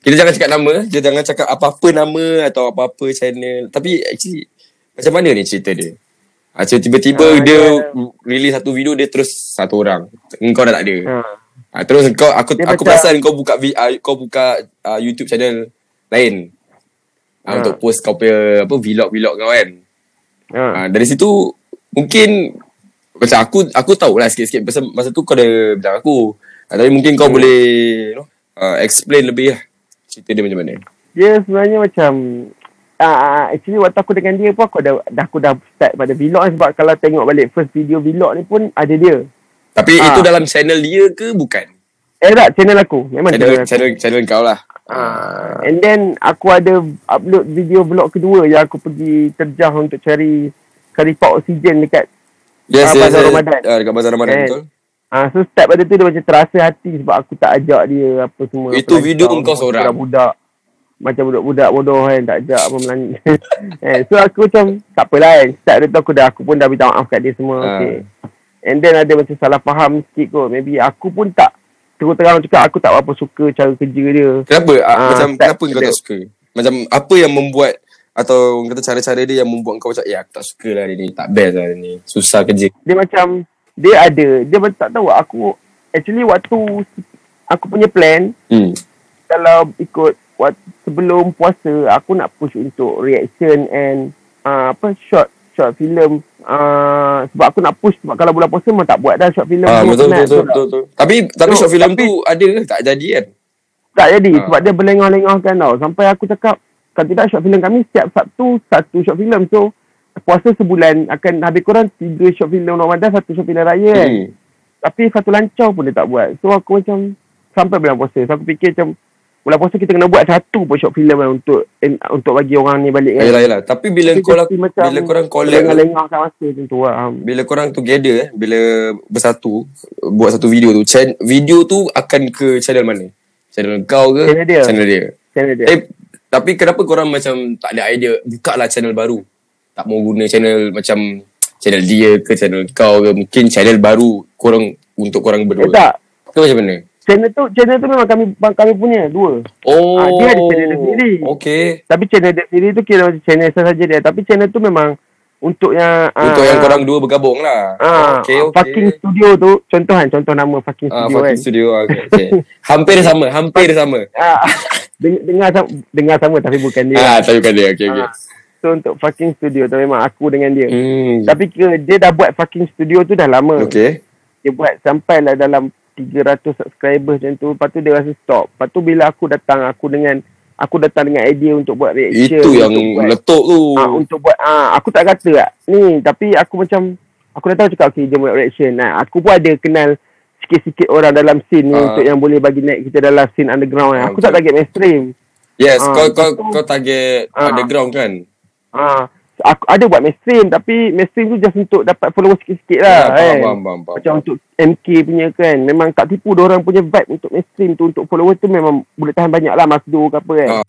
Speaker 1: Kita jangan cakap nama. Kita jangan cakap apa-apa nama atau apa-apa channel. Tapi actually macam mana ni cerita dia? Ah, so, tiba-tiba
Speaker 3: Ah,
Speaker 1: dia
Speaker 3: dia-
Speaker 1: release satu video dia terus satu orang. Engkau dah tak ada.
Speaker 3: ha.
Speaker 1: Ah, terus kau aku
Speaker 3: Dia
Speaker 1: aku
Speaker 3: macam-
Speaker 1: perasan kau buka vi- ah, kau buka ah, YouTube channel lain. Ah,
Speaker 3: Ah.
Speaker 1: untuk post kau punya apa vlog-vlog kau kan.
Speaker 3: ha.
Speaker 1: Ha, dari situ mungkin macam aku aku tahulah sikit-sikit pasal masa tu kau ada bilang aku. Ha, tapi mungkin
Speaker 3: Hmm.
Speaker 1: kau boleh you know, uh, explain lebih lah cerita dia macam mana.
Speaker 3: dia sebenarnya macam ah uh, actually waktu aku dengan dia pun aku dah, dah aku dah start pada vlog lah sebab kalau tengok balik first video vlog ni pun ada dia.
Speaker 1: Tapi
Speaker 3: Ah.
Speaker 1: itu dalam channel dia ke bukan?
Speaker 3: Eh tak channel aku. Memang
Speaker 1: Channel
Speaker 3: channel, aku.
Speaker 1: channel channel kau lah.
Speaker 3: Ah, and then aku ada upload video vlog kedua yang aku pergi terjah untuk cari cari pak oksigen dekat
Speaker 1: Yes, yes,
Speaker 3: Ah, Bazar
Speaker 1: yes.
Speaker 3: Ramadan.
Speaker 1: Ah, dekat Bazar Ramadan
Speaker 3: Kan?
Speaker 1: betul.
Speaker 3: Ah, so start pada tu dia macam terasa hati sebab aku tak ajak dia apa semua.
Speaker 1: Itu
Speaker 3: Apa
Speaker 1: video
Speaker 3: lifestyle,
Speaker 1: engkau seorang?
Speaker 3: Budak-budak. Macam budak-budak bodoh kan tak ajak apa melani. eh, so aku macam tak apalah kan. Start dia tu aku dah aku pun dah minta maaf kat dia semua.
Speaker 1: Ah.
Speaker 3: Okay. And then ada macam salah faham sikit kot. Maybe aku pun tak terus terang cakap aku tak apa suka cara kerja dia.
Speaker 1: Kenapa? Ah,
Speaker 3: Ah,
Speaker 1: macam
Speaker 3: tak-
Speaker 1: kenapa kau tak
Speaker 3: tak-
Speaker 1: suka? Macam apa yang membuat atau orang kata cara-cara dia yang membuat kau macam ya aku tak suka lah dia ni, tak best lah dia ni. Susah kerja.
Speaker 3: Dia macam dia ada dia macam tak tahu aku actually waktu aku punya plan
Speaker 1: Hmm.
Speaker 3: kalau ikut what, sebelum puasa aku nak push untuk reaction and uh, apa short short film uh, sebab aku nak push sebab kalau bulan puasa memang tak buat dah short film
Speaker 1: Ah,
Speaker 3: Semua
Speaker 1: betul, betul,
Speaker 3: penat,
Speaker 1: betul,
Speaker 3: tak?
Speaker 1: betul, betul. Tapi tapi
Speaker 3: Betul,
Speaker 1: short film
Speaker 3: tapi- Eh.
Speaker 1: tu ada ke? Tak jadi kan?
Speaker 3: tak jadi
Speaker 1: Ah.
Speaker 3: sebab dia berlengah-lengahkan tau sampai aku cakap kalau tidak short film kami setiap Sabtu satu short film so puasa sebulan akan habis kurang tiga short film Ramadan satu short film raya kan
Speaker 1: Hmm.
Speaker 3: Tapi satu lancar pun dia tak buat. So aku macam sampai bulan puasa. So aku fikir macam bulan puasa kita kena buat satu pun short film lah untuk en, untuk bagi orang ni balik kan.
Speaker 1: Yalah, yalah. Ya, Tapi bila
Speaker 3: Tapi
Speaker 1: kau
Speaker 3: jadi
Speaker 1: lak- bila korang collab
Speaker 3: Lengah-lengahkan masa macam tu lah. Um,
Speaker 1: bila korang together eh, bila bersatu buat satu video tu, chan- video tu akan ke channel mana? Channel kau ke?
Speaker 3: Channel dia. Ya.
Speaker 1: Channel dia.
Speaker 3: channel dia.
Speaker 1: Eh, tapi kenapa korang macam tak ada idea buka lah channel baru? Tak mau guna channel macam channel dia ke channel kau ke mungkin channel baru korang untuk korang
Speaker 3: eh
Speaker 1: berdua.
Speaker 3: tak.
Speaker 1: Ke macam mana?
Speaker 3: Channel tu channel tu memang kami bang- kami punya dua.
Speaker 1: Oh.
Speaker 3: Ah, dia ada channel dia sendiri.
Speaker 1: Okay.
Speaker 3: Tapi channel dia sendiri tu kira macam channel saya saja dia. Tapi channel tu memang untuk yang
Speaker 1: Untuk yang
Speaker 3: ah,
Speaker 1: korang dua bergabung lah.
Speaker 3: Ah,
Speaker 1: okay, okay.
Speaker 3: fucking studio tu contohan contoh nama fucking
Speaker 1: Ah,
Speaker 3: studio
Speaker 1: fucking
Speaker 3: kan.
Speaker 1: studio. Okay, okay. hampir sama, hampir sama.
Speaker 3: Ah, deng- dengar sama, dengar sama tapi bukan
Speaker 1: Ah,
Speaker 3: dia.
Speaker 1: tak bukan dia. Okay, okay.
Speaker 3: Ya. Ah. So untuk fucking studio tu memang aku dengan dia. Hmm.
Speaker 1: Hmm.
Speaker 3: Tapi kira dia dah buat fucking studio tu dah lama.
Speaker 1: Okay.
Speaker 3: Dia buat sampailah dalam 300 subscriber macam tu. Lepas tu dia rasa stop. Lepas tu bila aku datang aku dengan aku datang dengan idea untuk buat reaction.
Speaker 1: Itu yang
Speaker 3: untuk buat,
Speaker 1: meletup tu.
Speaker 3: ah, untuk buat ah, aku tak kata lah. Ni tapi aku macam aku datang cakap okay jom buat reaction. Nah, aku pun ada kenal sikit-sikit orang dalam scene ni
Speaker 1: Ah.
Speaker 3: untuk yang boleh bagi naik kita dalam scene underground.
Speaker 1: Ah,
Speaker 3: Ah, aku
Speaker 1: betul.
Speaker 3: tak target mainstream.
Speaker 1: Yes,
Speaker 3: Ah,
Speaker 1: kau kau
Speaker 3: lepas tu-
Speaker 1: kau target
Speaker 3: Ah.
Speaker 1: underground kan?
Speaker 3: Ah, aku ada buat mainstream tapi mainstream tu just untuk dapat follower sikit-sikit lah.
Speaker 1: Ah, faham,
Speaker 3: kan.
Speaker 1: faham, faham, faham.
Speaker 3: Macam untuk MK punya kan. Memang tak tipu orang punya vibe untuk mainstream tu. Untuk follower tu memang boleh tahan banyak lah. Masdo ke apa kan.
Speaker 1: Ah.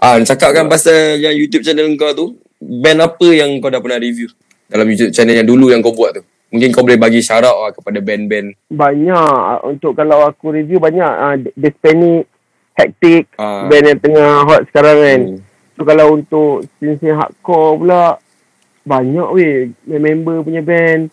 Speaker 1: Ah, cakap kan pasal yang YouTube channel kau tu, band apa yang kau dah pernah review dalam YouTube channel yang dulu yang kau buat tu? Mungkin kau boleh bagi shout out lah kepada band-band.
Speaker 3: Banyak. Ah, Untuk kalau aku review banyak. Ah, The Spanish, Hectic,
Speaker 1: Ah.
Speaker 3: band yang tengah hot sekarang kan.
Speaker 1: Hmm.
Speaker 3: So kalau untuk scene-scene hardcore pula, banyak weh member punya band.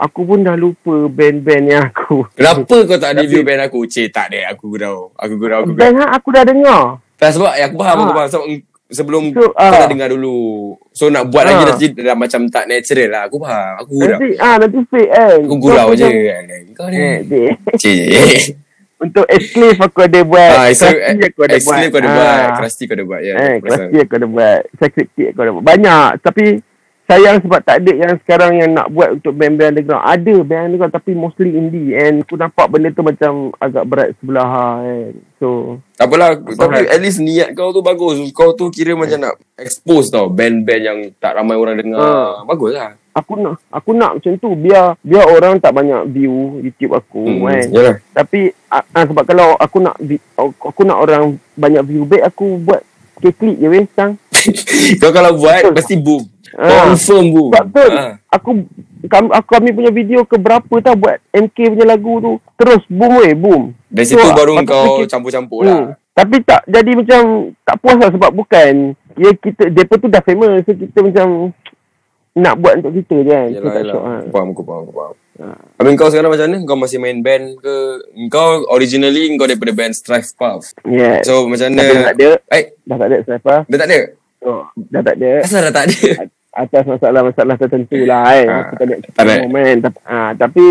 Speaker 3: Aku pun dah lupa band-band yang aku.
Speaker 1: Kenapa kau tak review band aku? Cik, tak ada. Aku gurau. Aku gurau, aku gurau.
Speaker 3: Band hang aku dah dengar.
Speaker 1: Tak sebab eh, aku faham, aku
Speaker 3: Ah.
Speaker 1: faham. Sebab eng- sebelum
Speaker 3: So,
Speaker 1: kau
Speaker 3: ah.
Speaker 1: dah dengar dulu. So, nak buat lagi
Speaker 3: Ah.
Speaker 1: dah, jadi- dah macam tak natural lah. Aku faham. Aku gurau.
Speaker 3: Nanti ah nanti fake kan.
Speaker 1: Aku gurau
Speaker 3: So,
Speaker 1: je. kan.
Speaker 3: macam-
Speaker 1: Kau
Speaker 3: Eh,
Speaker 1: ni.
Speaker 3: dia-
Speaker 1: Cik.
Speaker 3: Untuk exclave aku ada buat.
Speaker 1: Ah, so,
Speaker 3: Krusty aku ada buat.
Speaker 1: Exclaim kau ada buat.
Speaker 3: Ah,
Speaker 1: Krusty kau ada buat. Ya,
Speaker 3: Eh,
Speaker 1: aku perasan.
Speaker 3: Krusty aku ada buat. Secretary aku ada buat. Banyak. Tapi sayang sebab tak ada yang sekarang yang nak buat untuk band-band underground. Ada band underground tapi mostly indie. And aku nampak benda tu macam agak berat sebelah kan. So,
Speaker 1: Tak apalah Tapi
Speaker 3: Alright.
Speaker 1: at least niat kau tu bagus Kau tu kira macam
Speaker 3: Eh.
Speaker 1: nak Expose tau Band-band yang Tak ramai orang dengar
Speaker 3: Ah.
Speaker 1: Bagus lah
Speaker 3: aku nak aku nak macam tu biar biar orang tak banyak view YouTube aku
Speaker 1: Hmm,
Speaker 3: kan.
Speaker 1: yalah.
Speaker 3: Tapi ah, ah, sebab kalau aku nak vi- aku, aku nak orang banyak view baik aku buat klik je weh sang.
Speaker 1: Kau kalau buat
Speaker 3: Betul.
Speaker 1: Pasti boom
Speaker 3: Ah.
Speaker 1: Confirm boom
Speaker 3: Sebab tu
Speaker 1: Ah.
Speaker 3: aku kami, aku kami punya video ke berapa tau buat MK punya lagu tu terus boom weh boom.
Speaker 1: Dari situ
Speaker 3: So,
Speaker 1: baru
Speaker 3: aku
Speaker 1: kau
Speaker 3: fikir-
Speaker 1: Campur-campur
Speaker 3: Hmm.
Speaker 1: lah
Speaker 3: Tapi tak jadi macam tak puas lah sebab bukan ya kita depa tu dah famous so kita macam nak buat untuk kita je kan. So,
Speaker 1: Yalah
Speaker 3: tak
Speaker 1: yalah
Speaker 3: syok, ah.
Speaker 1: Aku faham Aku faham Aku faham Habis kau sekarang macam mana? Kau masih main band ke? Kau originally kau daripada band Strife Puff.
Speaker 3: Yeah.
Speaker 1: So macam
Speaker 3: Tapi
Speaker 1: mana?
Speaker 3: tak ada.
Speaker 1: Eh,
Speaker 3: dah tak ada Saifa.
Speaker 1: dah tak ada?
Speaker 3: So, dah tak ada.
Speaker 1: Asal dah tak ada?
Speaker 3: Atas masalah-masalah tertentu lah kan.
Speaker 1: Ah,
Speaker 3: Aku tak nak
Speaker 1: tak nak.
Speaker 3: cakap moment. Tapi, ah, tapi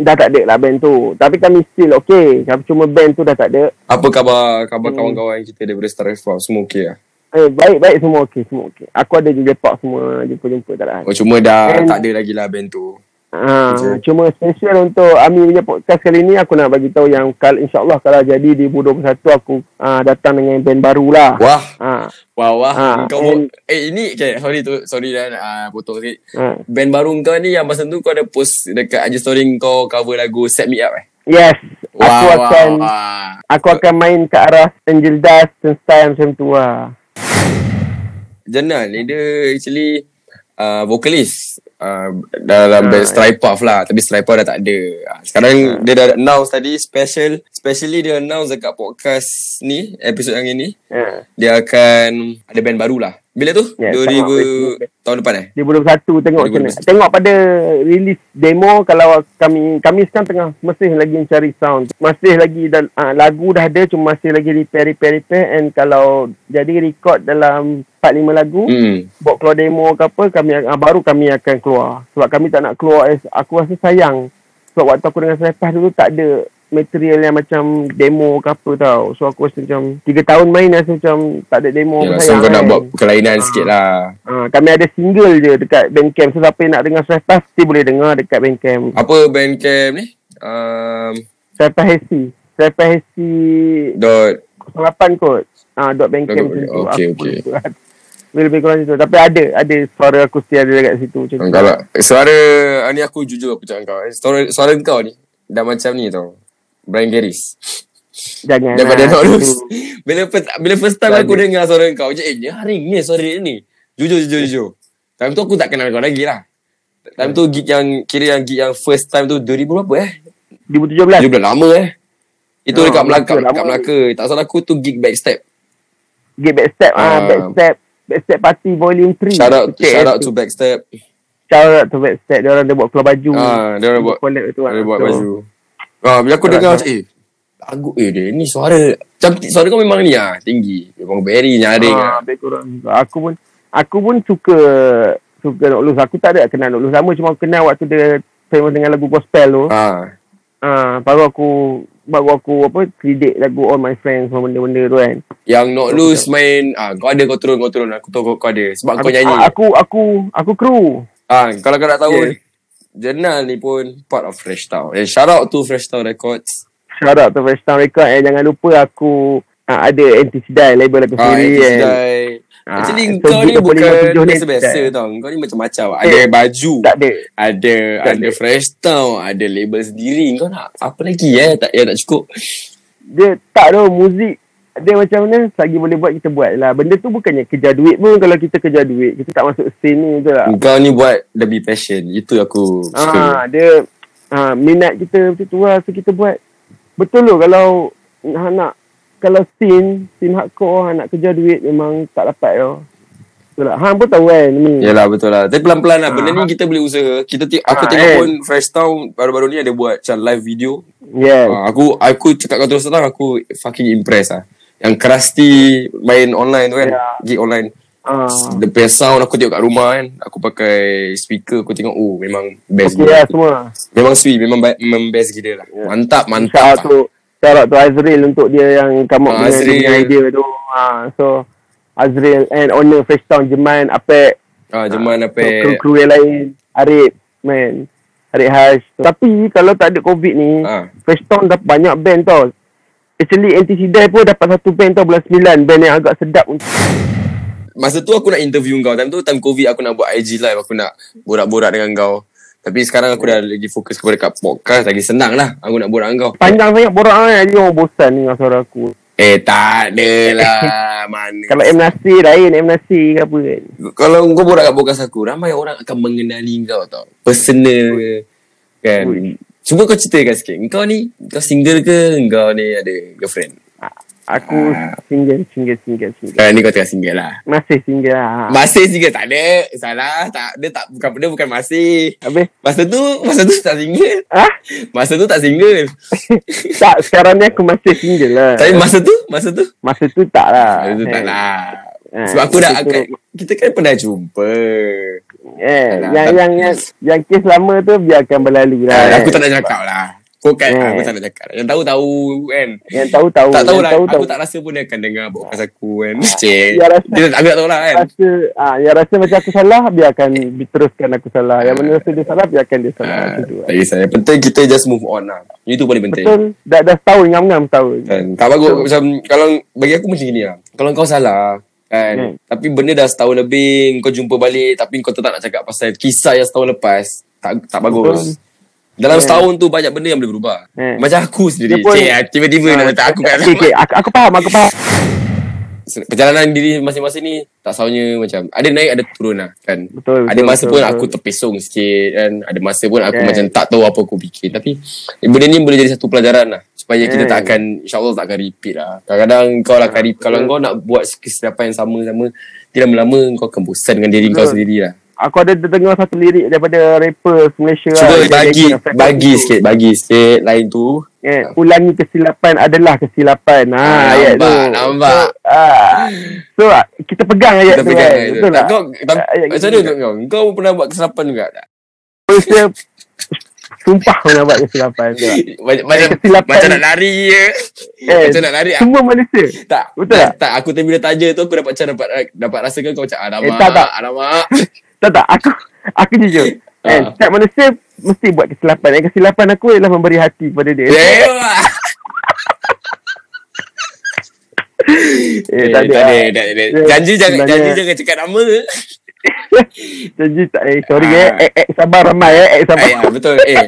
Speaker 3: dah tak ada lah band tu. Tapi kami still okay. Tapi cuma band tu dah tak ada.
Speaker 1: Apa khabar
Speaker 3: Hmm.
Speaker 1: khabar kawan-kawan kita daripada Strife Puff? Semua okey lah?
Speaker 3: Eh, baik-baik semua okay. Semua okay. Aku ada je lepak semua. Jumpa-jumpa tak ada.
Speaker 1: Oh, cuma dah
Speaker 3: And-
Speaker 1: tak ada lagi lah band tu.
Speaker 3: Ah,
Speaker 1: Betul.
Speaker 3: cuma special untuk Ami punya podcast kali ni aku nak bagi tahu yang kal insyaallah kalau jadi di 2021 aku ah, datang dengan band baru lah.
Speaker 1: Wah,
Speaker 3: Ah,
Speaker 1: wah, wah.
Speaker 3: Ah,
Speaker 1: kau mau...
Speaker 3: and-
Speaker 1: Eh, ini... Okay, sorry tu. Sorry dan uh, potong sikit.
Speaker 3: ah.
Speaker 1: Band baru kau ni yang masa tu kau ada post dekat IG story kau cover lagu Set Me Up eh?
Speaker 3: Yes. aku akan
Speaker 1: wah.
Speaker 3: aku akan main ke arah Angel Dust dan style macam tu lah.
Speaker 1: Jannal ni
Speaker 3: Hmm.
Speaker 1: dia actually uh, vokalis uh,
Speaker 3: Ah,
Speaker 1: dalam band
Speaker 3: ya.
Speaker 1: Stripe Puff lah tapi Stripe Puff dah tak ada. Ah, Sekarang dia dah announce tadi special specially dia announce dekat podcast ni episod yang ini
Speaker 3: Ha.
Speaker 1: dia akan ada band baru lah. Bila tu?
Speaker 3: Ya,
Speaker 1: Yeah,
Speaker 3: sama,
Speaker 1: 2000 tahun depan eh?
Speaker 3: 2021 tengok macam mana.
Speaker 1: 2021.
Speaker 3: Tengok pada release demo kalau kami kami sekarang tengah masih lagi mencari sound. Masih lagi dan uh, lagu dah ada cuma masih lagi repair repair repair and kalau jadi record dalam 4 5 lagu mm.
Speaker 1: Hmm.
Speaker 3: buat keluar demo ke apa kami uh, baru kami akan keluar. Sebab kami tak nak keluar as, aku rasa sayang. Sebab waktu aku dengan Selepas dulu tak ada material yang macam demo ke apa tau. So aku rasa macam 3 tahun main rasa macam tak ada demo
Speaker 1: Yalah,
Speaker 3: apa
Speaker 1: Ya, so
Speaker 3: sayang
Speaker 1: kau nak
Speaker 3: kan.
Speaker 1: buat kelainan
Speaker 3: Ah.
Speaker 1: sikit lah.
Speaker 3: Ha, kami ada single je dekat Bandcamp. So, siapa yang nak dengar Surf pasti boleh dengar dekat Bandcamp.
Speaker 1: Apa bandcamp ni? Um,
Speaker 3: Surf Hesi. Surf Hesi
Speaker 1: dot
Speaker 3: 08 kot. Ha, dot Bandcamp
Speaker 1: Dot-
Speaker 3: tu.
Speaker 1: okey,
Speaker 3: Aku
Speaker 1: okey.
Speaker 3: boleh buat. Boleh lebih kurang situ. Tapi ada. Ada suara aku still ada dekat situ. Macam tu.
Speaker 1: kalau suara ah, ni aku jujur aku cakap kau. eh. Suara suara kau ni dah macam ni tau. Brian Garris.
Speaker 3: Jangan
Speaker 1: Daripada
Speaker 3: lah,
Speaker 1: Not Loose.
Speaker 3: situ.
Speaker 1: Bila first, bila first time aku dengar suara kau macam eh ni hari ni suara dia ni. Jujur jujur jujur. Time tu aku tak kenal kau lagi lah. Time tu gig yang kira yang gig yang first time tu 2000 berapa eh?
Speaker 3: 2017.
Speaker 1: 17 lama eh. Itu
Speaker 3: Kan? Ah,
Speaker 1: dekat Melaka,
Speaker 3: Melaka,
Speaker 1: dekat
Speaker 3: lama.
Speaker 1: Melaka. Tak salah aku tu gig backstep.
Speaker 3: Gate Backstep. Ha,
Speaker 1: Ah.
Speaker 3: Backstep. Backstep Party Volume 3.
Speaker 1: Shout out,
Speaker 3: Check
Speaker 1: shout
Speaker 3: eh,
Speaker 1: out
Speaker 3: tu.
Speaker 1: to backstep.
Speaker 3: Shout out to Backstep. Dia orang dah buat keluar baju.
Speaker 1: Ah, dia orang buat
Speaker 3: collab tu.
Speaker 1: Ada
Speaker 3: ah.
Speaker 1: buat
Speaker 3: So,
Speaker 1: baju. Ah, bila aku
Speaker 3: Tak
Speaker 1: dengar
Speaker 3: rasa.
Speaker 1: macam eh lagu eh dia ni suara macam suara kau memang ni ah tinggi. Memang very nyaring ah.
Speaker 3: Ah, lebih kurang. Aku pun aku pun suka suka Nok Luz. Aku tak ada kenal Nok Luz lama cuma aku kenal waktu dia famous dengan lagu gospel tu. Ah,
Speaker 1: Ah.
Speaker 3: uh, baru aku baru aku apa kritik lagu All My Friends semua benda-benda tu kan.
Speaker 1: Yang not lose main ah kau ada kau turun kau turun aku tahu kau, kau ada sebab
Speaker 3: Aku,
Speaker 1: kau nyanyi.
Speaker 3: ah, aku aku aku kru.
Speaker 1: Ah, kalau kau nak tahu
Speaker 3: Yeah.
Speaker 1: Jernal ni pun part of Fresh Town. And shout out to Fresh Town Records.
Speaker 3: Shout out to Fresh Town Record and jangan lupa aku ah, ada antisidai label aku
Speaker 1: Ah,
Speaker 3: sendiri eh.
Speaker 1: yeah.
Speaker 3: and Ah,
Speaker 1: Actually
Speaker 3: so
Speaker 1: kau ni
Speaker 3: gig
Speaker 1: bukan
Speaker 3: 25 ni
Speaker 1: biasa-biasa
Speaker 3: tak.
Speaker 1: tau. Kau ni macam-macam. Ada baju.
Speaker 3: Eh. tak ada.
Speaker 1: Ada
Speaker 3: Tak
Speaker 1: ada
Speaker 3: ada.
Speaker 1: Fresh Town, ada label sendiri. Kau nak apa lagi eh? Tak ya tak cukup.
Speaker 3: Dia tak tahu muzik dia macam mana Selagi boleh buat Kita buat lah Benda tu bukannya Kejar duit pun Kalau kita kejar duit Kita tak masuk scene ni lah. Betul tak
Speaker 1: Kau ni buat demi passion. Itu aku suka.
Speaker 3: Ah, dia ah, minat kita macam tu lah. So kita buat betul tu kalau nak, nak kalau scene, scene hardcore nak kerja duit memang tak dapat tau. Betul tak? Hang pun tahu kan ni.
Speaker 1: Yalah betul lah. Tapi pelan-pelan lah. Benda
Speaker 3: Ah.
Speaker 1: ni kita boleh usaha. Kita ti- aku
Speaker 3: Ah,
Speaker 1: tengok
Speaker 3: eh.
Speaker 1: pun Fresh Town baru-baru ni ada buat macam live video.
Speaker 3: Yes.
Speaker 1: Ah, aku aku cakap kau terus terang aku fucking impressed ah. Yang Krusty main online tu kan.
Speaker 3: Yeah.
Speaker 1: Gig online.
Speaker 3: Ya. Ah.
Speaker 1: The best sound aku tengok kat rumah kan. Aku pakai speaker aku tengok oh memang best.
Speaker 3: Okay
Speaker 1: gila.
Speaker 3: lah semua.
Speaker 1: Memang sweet, memang ba- memang best gila lah. Mantap,
Speaker 3: Shout out
Speaker 1: mantap.
Speaker 3: tu shout out tu Azril untuk dia yang come up
Speaker 1: Ah,
Speaker 3: dengan,
Speaker 1: Azril.
Speaker 3: dengan idea tu. Ah, so Azril and owner Fresh Town Jeman Apek
Speaker 1: Ah, Jerman apa?
Speaker 3: So, kru-kru yang lain Arif man Arif Hash tapi kalau tak ada covid ni
Speaker 1: Ah.
Speaker 3: Fresh Town dah banyak band tau actually Antisidai pun dapat satu band tau bulan 9 band yang agak sedap untuk
Speaker 1: Masa tu aku nak interview kau. Time tu time COVID aku nak buat IG live, aku nak borak-borak dengan kau. Tapi sekarang aku dah lagi fokus kepada kat podcast, lagi senang lah aku nak borak dengan kau.
Speaker 3: panjang sangat borak kan jadi orang bosan dengan suara aku
Speaker 1: Eh tak ada lah Mana
Speaker 3: kalau eh- M Nasir lain M Nasir ke apa kan
Speaker 1: Kalau kau borak kat podcast aku Ramai orang akan mengenali kau tau Personal ke Kan
Speaker 3: Ui.
Speaker 1: Cuba kau ceritakan sikit Kau ni Kau single ke Kau ni ada girlfriend
Speaker 3: aku
Speaker 1: Ha.
Speaker 3: single single single single
Speaker 1: Sekarang ni kau tengah single lah
Speaker 3: masih single lah
Speaker 1: Masih single tak ada Salah tak, Dia tak bukan, dia bukan masih
Speaker 3: habis
Speaker 1: Masa tu Masa tu tak single
Speaker 3: ah
Speaker 1: Masa tu tak single
Speaker 3: tak sekarang ni aku masih single lah
Speaker 1: Tapi masa tu Masa tu
Speaker 3: masa tu tak lah
Speaker 1: Masa tu tak
Speaker 3: Eh.
Speaker 1: lah
Speaker 3: Eh,
Speaker 1: Sebab aku dah
Speaker 3: masa tu-
Speaker 1: akan, Kita kan pernah jumpa Alah,
Speaker 3: Eh, yang,
Speaker 1: tak-
Speaker 3: yang yang yang kes lama tu biarkan berlalu lah.
Speaker 1: Eh,
Speaker 3: kan.
Speaker 1: Aku tak nak cakap lah Kau kan
Speaker 3: Eh.
Speaker 1: Aku tak nak cakap Yang tahu tahu kan
Speaker 3: yang tahu tahu.
Speaker 1: tak tahu
Speaker 3: yang
Speaker 1: lah
Speaker 3: Tahu,
Speaker 1: aku tak rasa pun dia akan dengar podcast aku kan cik
Speaker 3: Ya, rasa-
Speaker 1: dia tak, aku tak tahu lah kan
Speaker 3: rasa ah yang rasa macam aku salah biarkan teruskan aku salah. Yang mana rasa dia salah biarkan dia salah.
Speaker 1: Ah,
Speaker 3: Macam tu lah.
Speaker 1: tak kisah yang penting kita just move on lah itu paling penting
Speaker 3: Betul. Dah dah setahun ngam-ngam setahun.
Speaker 1: kan tak bagus macam kalau bagi aku macam gini lah kalau kau salah kan
Speaker 3: Hmm.
Speaker 1: tapi benda dah setahun lebih kau jumpa balik tapi kau tetap nak cakap pasal kisah yang setahun lepas tak tak bagus dalam
Speaker 3: Yeah.
Speaker 1: setahun tu banyak benda yang boleh berubah
Speaker 3: Yeah.
Speaker 1: macam aku sendiri
Speaker 3: Hmm. Dia pun-
Speaker 1: cik tiba-tiba nak letak aku kat
Speaker 3: okay, okay. Aku, aku faham, aku faham.
Speaker 1: perjalanan diri masing-masing ni tak sawanya macam ada naik ada turun lah kan. ada
Speaker 3: Betul, betul,
Speaker 1: masa
Speaker 3: betul,
Speaker 1: pun
Speaker 3: betul.
Speaker 1: aku terpesong sikit kan. Ada masa pun aku
Speaker 3: Kan.
Speaker 1: macam tak tahu apa aku fikir tapi eh, benda ni boleh jadi satu pelajaran lah. supaya kita
Speaker 3: Hmm.
Speaker 1: tak akan insyaallah tak akan repeat lah. Kadang-kadang kau lah akan repeat. kalau kau nak buat kesilapan yang sama-sama tidak lama kau akan bosan dengan diri kau
Speaker 3: Betul.
Speaker 1: sendiri lah.
Speaker 3: Aku ada terdengar satu lirik daripada rapper Malaysia
Speaker 1: Cuba
Speaker 3: lah.
Speaker 1: bagi
Speaker 3: Dia nyanyi pasal
Speaker 1: bagi
Speaker 3: tu.
Speaker 1: sikit, bagi sikit lain tu.
Speaker 3: Eh, ulangi kesilapan adalah kesilapan. Ha,
Speaker 1: Ah,
Speaker 3: ayat tu.
Speaker 1: nampak, nampak.
Speaker 3: So, ah, so ah, kita pegang ayat
Speaker 1: Kita
Speaker 3: tu
Speaker 1: pegang
Speaker 3: kan.
Speaker 1: ayat tu.
Speaker 3: Betul tak? ya,
Speaker 1: Kau tam-
Speaker 3: Ayat
Speaker 1: macam
Speaker 3: kita
Speaker 1: mana
Speaker 3: pegang.
Speaker 1: untuk kau? Kau pun pernah buat kesilapan juga tak?
Speaker 3: Malaysia sumpah pernah buat kesilapan. Betul tak?
Speaker 1: Macam macam,
Speaker 3: Ya. Eh, kesilapan.
Speaker 1: macam nak lari je.
Speaker 3: Eh,
Speaker 1: macam nak lari.
Speaker 3: Semua Malaysia.
Speaker 1: Tak.
Speaker 3: Betul
Speaker 1: tak,
Speaker 3: tak?
Speaker 1: tak. Aku tadi bila taja tu aku dapat macam dapat eh, dapat rasakan kau macam alamak.
Speaker 3: Eh, tak, tak.
Speaker 1: Alamak.
Speaker 3: Tak tak, aku aku jujur. Eh,
Speaker 1: Ah.
Speaker 3: setiap manusia mesti buat kesilapan. Dan kesilapan aku ialah memberi hati kepada dia.
Speaker 1: Dewa.
Speaker 3: Eh,
Speaker 1: tak ada.
Speaker 3: ah.
Speaker 1: tak ada.
Speaker 3: Eh,
Speaker 1: Janji jangan
Speaker 3: sebenarnya-
Speaker 1: janji jangan cakap nama. Eh,
Speaker 3: Janji tak, eh, sorry eh.
Speaker 1: Ah.
Speaker 3: Eh, eh, sabar ramai eh. Eh, sabar.
Speaker 1: Eh, ah, betul. Eh.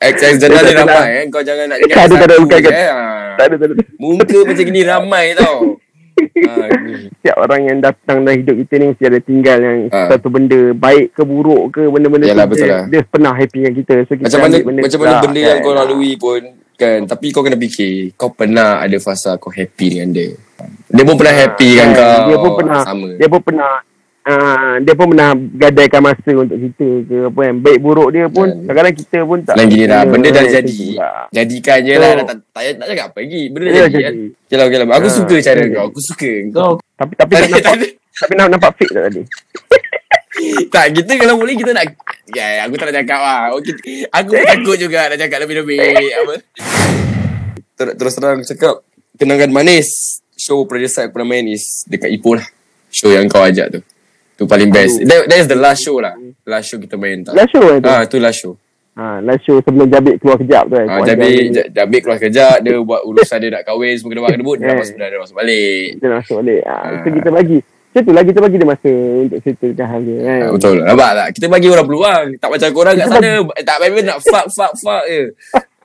Speaker 1: Ex-ex janda
Speaker 3: Eh,
Speaker 1: ni
Speaker 3: tak ada, tak
Speaker 1: ramai
Speaker 3: ada.
Speaker 1: eh. Kau jangan nak
Speaker 3: Tak ada, tak ada,
Speaker 1: satu
Speaker 3: bukan,
Speaker 1: je,
Speaker 3: bukan.
Speaker 1: eh.
Speaker 3: Tak ada, tak ada.
Speaker 1: Muka macam gini ramai tau. Ah, ni.
Speaker 3: Setiap orang yang datang dalam hidup kita ni mesti ada tinggal yang
Speaker 1: Ah.
Speaker 3: satu benda baik ke buruk ke benda-benda
Speaker 1: Yalah,
Speaker 3: tu
Speaker 1: betul
Speaker 3: dia,
Speaker 1: lah.
Speaker 3: dia pernah happy dengan kita. So kita
Speaker 1: Macam mana
Speaker 3: ambil benda
Speaker 1: macam
Speaker 3: tu
Speaker 1: mana
Speaker 3: lah,
Speaker 1: benda yang
Speaker 3: kan.
Speaker 1: kau lalui pun kan tapi kau kena fikir kau pernah ada fasa kau happy dengan dia. Dia pun pernah happy dengan
Speaker 3: Kan,
Speaker 1: kau.
Speaker 3: Dia pun pernah
Speaker 1: sama.
Speaker 3: dia pun pernah uh, dia pun pernah gadaikan masa untuk kita ke apa kan. Baik buruk dia pun
Speaker 1: Ya.
Speaker 3: kadang-kadang kita pun tak.
Speaker 1: Lain gini lah Benda dah
Speaker 3: Eh,
Speaker 1: jadi
Speaker 3: lah.
Speaker 1: Jadikan je lah
Speaker 3: So-
Speaker 1: dah tak, tak, payah- tak cakap apa lagi Benda dah
Speaker 3: Ya,
Speaker 1: jadi kan
Speaker 3: jadi.
Speaker 1: Okay lah, okay lah. Aku
Speaker 3: Ha,
Speaker 1: suka cara
Speaker 3: jadi.
Speaker 1: kau Aku suka Kau
Speaker 3: Tapi tapi
Speaker 1: Tadi-
Speaker 3: tak nampak,
Speaker 1: tadi-
Speaker 3: tapi nampak, nampak fake tak tadi?
Speaker 1: Tak kita kalau boleh Kita nak ya, Aku tak nak cakap lah okay. Aku pun takut juga Nak cakap lebih-lebih Apa Ter- Eh. Terus terang aku cakap Kenangan Manis Show Producer aku pernah main is Dekat Ipoh lah Show yang kau ajak tu Tu paling best that, that is the last show lah Last show kita main tak
Speaker 3: Last show kan tu?
Speaker 1: Ah, tu last show
Speaker 3: Ha, last show sebelum Jabit keluar kejap tu kan.
Speaker 1: Ah,
Speaker 3: Kau
Speaker 1: Jabik,
Speaker 3: ajak
Speaker 1: Ja- Jabik keluar kerja, dia buat urusan dia nak kahwin, semua kena buat kena buat, dia dah
Speaker 3: Eh.
Speaker 1: masuk, dah, dah masuk balik.
Speaker 3: dia nak masuk balik. Ha,
Speaker 1: Ah.
Speaker 3: So kita bagi. Macam tu lah kita bagi dia masa untuk settle dah dia kan.
Speaker 1: Ah, betul, nampak tak? Kita bagi orang peluang. Tak macam korang kat
Speaker 3: Kita
Speaker 1: sana, eh, tak main nak fuck, fuck, fuck je.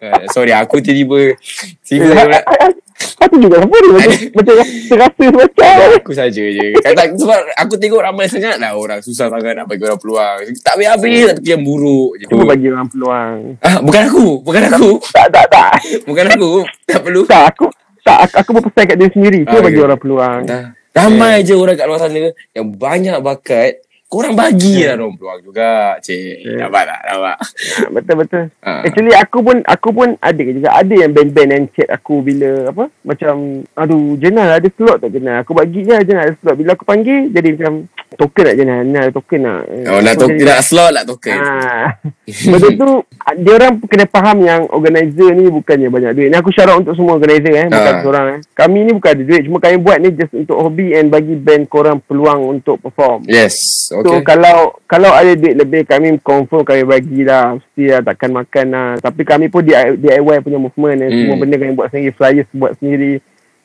Speaker 1: Ah, sorry, aku tiba-tiba, tiba
Speaker 3: Eh,
Speaker 1: orang,
Speaker 3: ah, ah, Kau tu juga siapa ni? Macam, macam terasa macam.
Speaker 1: aku saja je. Kata, sebab aku tengok ramai sangat lah orang susah sangat nak bagi orang peluang. Tak habis-habis, tak fikir yang buruk je.
Speaker 3: Cuba bagi orang peluang.
Speaker 1: Ah, bukan aku, bukan aku,
Speaker 3: Tak, tak, tak.
Speaker 1: bukan aku, tak perlu.
Speaker 3: Tak, aku tak aku, aku berpesan kat dia sendiri. Cuba
Speaker 1: Ah,
Speaker 3: bagi
Speaker 1: okay.
Speaker 3: orang peluang.
Speaker 1: Dah. Ramai yeah. je orang kat luar sana yang banyak bakat. Korang bagi
Speaker 3: Ya.
Speaker 1: lah orang peluang juga. Cik, yeah.
Speaker 3: Yeah.
Speaker 1: nampak tak? Nampak.
Speaker 3: Ah, Betul betul.
Speaker 1: Ah.
Speaker 3: Actually aku pun aku pun ada juga ada yang band-band yang chat aku bila apa macam aduh jenal ada slot tak jenal. Aku bagi je jenal ada slot. Bila aku panggil jadi macam token nak jenal, jenal ada token nak.
Speaker 1: Oh, nak, to- nak slot lah token.
Speaker 3: Ah. Benda tu ah, dia orang kena faham yang organizer ni bukannya banyak duit. Ni aku shout out untuk semua organizer eh, bukan
Speaker 1: Ah.
Speaker 3: seorang eh. Kami ni bukan ada duit, cuma kami buat ni just untuk hobi and bagi band korang peluang untuk perform.
Speaker 1: Yes.
Speaker 3: So
Speaker 1: Okay.
Speaker 3: kalau kalau ada duit lebih kami confirm kami bagi lah Mesti lah takkan makan lah Tapi kami pun DIY DIY punya movement eh.
Speaker 1: Hmm.
Speaker 3: Semua benda kami buat sendiri Flyers buat sendiri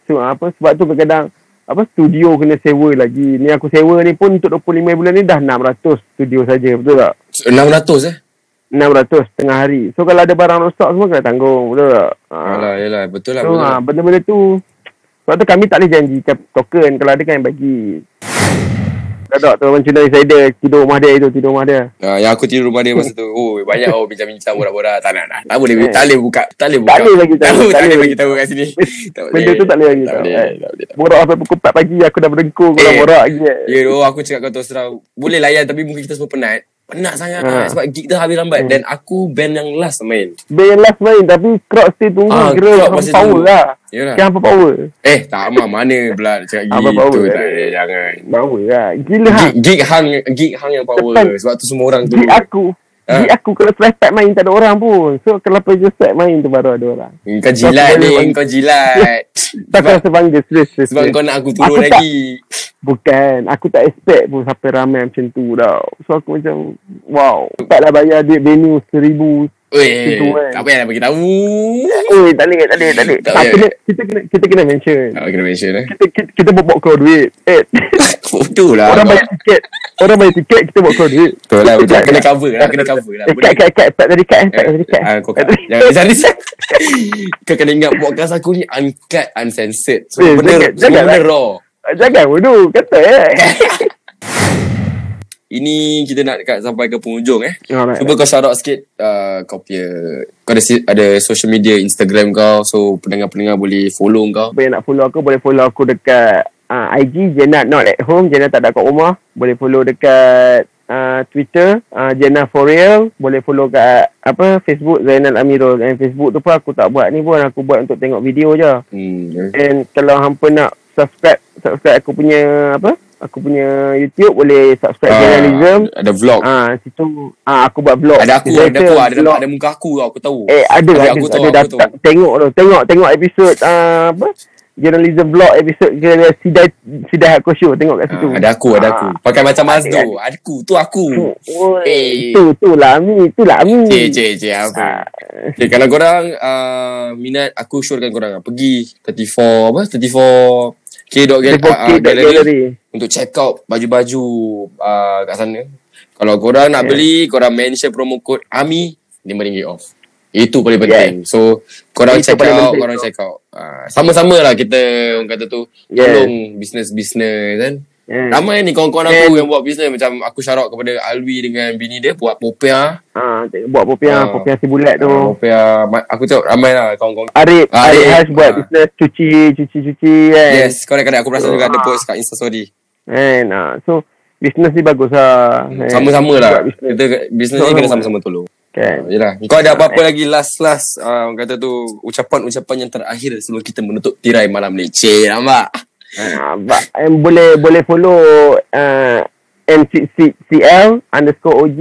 Speaker 3: So apa sebab tu kadang apa studio kena sewa lagi Ni aku sewa ni pun untuk 25 bulan ni dah 600 studio saja betul tak?
Speaker 1: So, 600 eh?
Speaker 3: 600 tengah hari So kalau ada barang rosak semua kena tanggung betul tak? Ha.
Speaker 1: Alah, yelah. Betul lah.
Speaker 3: So
Speaker 1: betul.
Speaker 3: ha, benda-benda tu Sebab tu kami tak boleh janjikan token Kalau ada kan bagi Dadak tu mencunai saya dia Tidur rumah dia itu Tidur rumah dia
Speaker 1: Ah, yang aku tidur rumah dia masa tu. Oh, banyak oh bincang-bincang borak-borak. Tak nak lah. Tak boleh, tak boleh buka. Tak boleh buka.
Speaker 3: Eh. Tak boleh bagi tahu,
Speaker 1: Tak,
Speaker 3: tak
Speaker 1: boleh
Speaker 3: boleh
Speaker 1: bagi tahu kat sini. Tak
Speaker 3: Benda tu tak boleh bagi
Speaker 1: Tak
Speaker 3: tahu,
Speaker 1: boleh,
Speaker 3: kan?
Speaker 1: tak boleh.
Speaker 3: Borak sampai pukul 4 pagi Aku dah berdengkur Kau dah
Speaker 1: Eh.
Speaker 3: borak lagi kan
Speaker 1: Ya, yeah, oh, aku cakap kau terus terang. Boleh layan tapi mungkin kita semua penat. Penat sangat ha.
Speaker 3: Ah.
Speaker 1: sebab gig dah habis lambat.
Speaker 3: Hmm.
Speaker 1: Dan aku band yang last main.
Speaker 3: Band yang last main Tapi crowd still tunggu
Speaker 1: Ah,
Speaker 3: Kira
Speaker 1: crowd
Speaker 3: hampa
Speaker 1: masih
Speaker 3: power
Speaker 1: tunggu. Ah.
Speaker 3: lah
Speaker 1: Yalah.
Speaker 3: Kira hampa power
Speaker 1: Ya Eh, tak amat mana pula dia cakap
Speaker 3: Abang
Speaker 1: gitu.
Speaker 3: power,
Speaker 1: Tak,
Speaker 3: eh.
Speaker 1: eh, jangan.
Speaker 3: Power lah Gila ha
Speaker 1: Gig, gig hang gig hang yang power
Speaker 3: Depan.
Speaker 1: sebab tu semua orang tu
Speaker 3: Gig aku
Speaker 1: Ah.
Speaker 3: Gig aku kalau flash pack main Tak ada orang pun So kalau pressure set main tu baru ada orang
Speaker 1: kau jilat
Speaker 3: Kau
Speaker 1: ni
Speaker 3: boleh-
Speaker 1: kau jilat
Speaker 3: Tak
Speaker 1: sebab,
Speaker 3: rasa bangga Serius serius
Speaker 1: sebab
Speaker 3: serius.
Speaker 1: kau nak aku turun
Speaker 3: Aku tak-
Speaker 1: lagi
Speaker 3: Bukan Aku tak expect pun Sampai ramai macam tu tau So aku macam Wow Taklah bayar duit venue Seribu
Speaker 1: Weh,
Speaker 3: Itu kan.
Speaker 1: tak payah nak bagi tahu
Speaker 3: Oi tak boleh Tak boleh Tak boleh
Speaker 1: Eh, Tak
Speaker 3: Tak,
Speaker 1: boleh.
Speaker 3: Ah, kena, Kita kena Kita kena mention
Speaker 1: tak kena mention eh
Speaker 3: Kita kita, kita buat buat kau duit Eh
Speaker 1: Betul lah
Speaker 3: Orang
Speaker 1: kau.
Speaker 3: bayar tiket Orang bayar tiket Kita buat kau duit
Speaker 1: Betul lah betul. Kena cover lah Kena cover lah
Speaker 3: Eh
Speaker 1: Boleh.
Speaker 3: kat kat kat Tak tadi kat eh, Tak tadi kat
Speaker 1: Ah, kau kat. Jangan jangan risau. Kau kena ingat podcast aku ni uncut, uncensored.
Speaker 3: Eh,
Speaker 1: Semua benda
Speaker 3: jangan-
Speaker 1: semua
Speaker 3: jangan
Speaker 1: benda
Speaker 3: lah.
Speaker 1: raw.
Speaker 3: Jangan bodoh Kata eh
Speaker 1: ini kita nak dekat sampai ke penghujung eh.
Speaker 3: Alright.
Speaker 1: Cuba kau shout out sikit uh, kau punya kau ada si- ada social media Instagram kau so pendengar-pendengar boleh follow kau.
Speaker 3: Apa yang nak follow aku Boleh follow aku dekat uh, IG Jenat not at home Jenat tak ada kat rumah Boleh follow dekat uh, Twitter uh, Jenat for real Boleh follow kat Apa Facebook Zainal Amirul And Facebook tu pun aku tak buat ni pun Aku buat untuk tengok video je
Speaker 1: Hmm.
Speaker 3: And kalau hampa nak subscribe Subscribe aku punya Apa Aku punya YouTube Boleh subscribe uh, Journalism
Speaker 1: Ah, ada vlog.
Speaker 3: Ah, situ ah aku buat vlog.
Speaker 1: ada aku,
Speaker 3: Saya
Speaker 1: ada aku, ada
Speaker 3: vlog.
Speaker 1: nampak ada muka aku tau, aku tahu.
Speaker 3: Eh ada
Speaker 1: Tapi
Speaker 3: ada,
Speaker 1: aku
Speaker 3: aku
Speaker 1: tahu,
Speaker 3: ada dah
Speaker 1: aku tahu.
Speaker 3: tak, tengok tu. Tengok tengok episod ah, apa? Journalism vlog episod ke- sidai sidai aku show tengok kat situ.
Speaker 1: Ah, ada aku, ada aku. Pakai macam Mazdo.
Speaker 3: ada.
Speaker 1: Aku, tu aku. Eh.
Speaker 3: Eh. Tu tu lah Ami, tu lah Ami.
Speaker 1: Cik, cik, cik apa.
Speaker 3: Ah,
Speaker 1: Okay, kalau korang uh, minat, aku syorkan korang lah. Pergi 34, apa? 34 K.Gallery
Speaker 3: K.K.
Speaker 1: uh, gallery
Speaker 3: gallery.
Speaker 1: untuk check out baju-baju uh, kat sana. Kalau korang nak
Speaker 3: Yeah.
Speaker 1: beli, korang mention promo code AMI, RM5 off. Itu paling penting. So, korang
Speaker 3: Itu
Speaker 1: check
Speaker 3: paling
Speaker 1: out,
Speaker 3: penting.
Speaker 1: korang check out. Uh, sama-sama lah kita, orang kata tu,
Speaker 3: Yeah.
Speaker 1: tolong bisnes-bisnes kan.
Speaker 3: Yeah.
Speaker 1: Ramai ni kawan-kawan aku
Speaker 3: Hmm. And-
Speaker 1: yang buat bisnes macam aku shout out kepada Alwi dengan bini dia buat popia.
Speaker 3: Ah, tengok- buat popiah,
Speaker 1: Ah.
Speaker 3: popiah si bulat tu.
Speaker 1: Uh, popia Ma- aku tengok ramai lah kawan-kawan.
Speaker 3: Arif,
Speaker 1: Ah,
Speaker 3: Arif
Speaker 1: Arif.
Speaker 3: Has buat
Speaker 1: Ah.
Speaker 3: bisnes cuci, cuci-cuci kan.
Speaker 1: Yes, korang kadang aku perasan juga ada
Speaker 3: Ah.
Speaker 1: post kat Insta story.
Speaker 3: Kan, ah. So, bisnes ni bagus lah. kan.
Speaker 1: Sama-sama lah.
Speaker 3: Buat bisnes.
Speaker 1: Kita bisnes ni
Speaker 3: Tolong.
Speaker 1: kena sama-sama tolong.
Speaker 3: Kan.
Speaker 1: Yalah. Kau ada apa-apa lagi last last uh, orang kata tu ucapan-ucapan yang terakhir sebelum kita menutup tirai malam ni. Cik, nampak?
Speaker 3: Ah, ba- eh, boleh boleh follow uh, MCCL underscore OG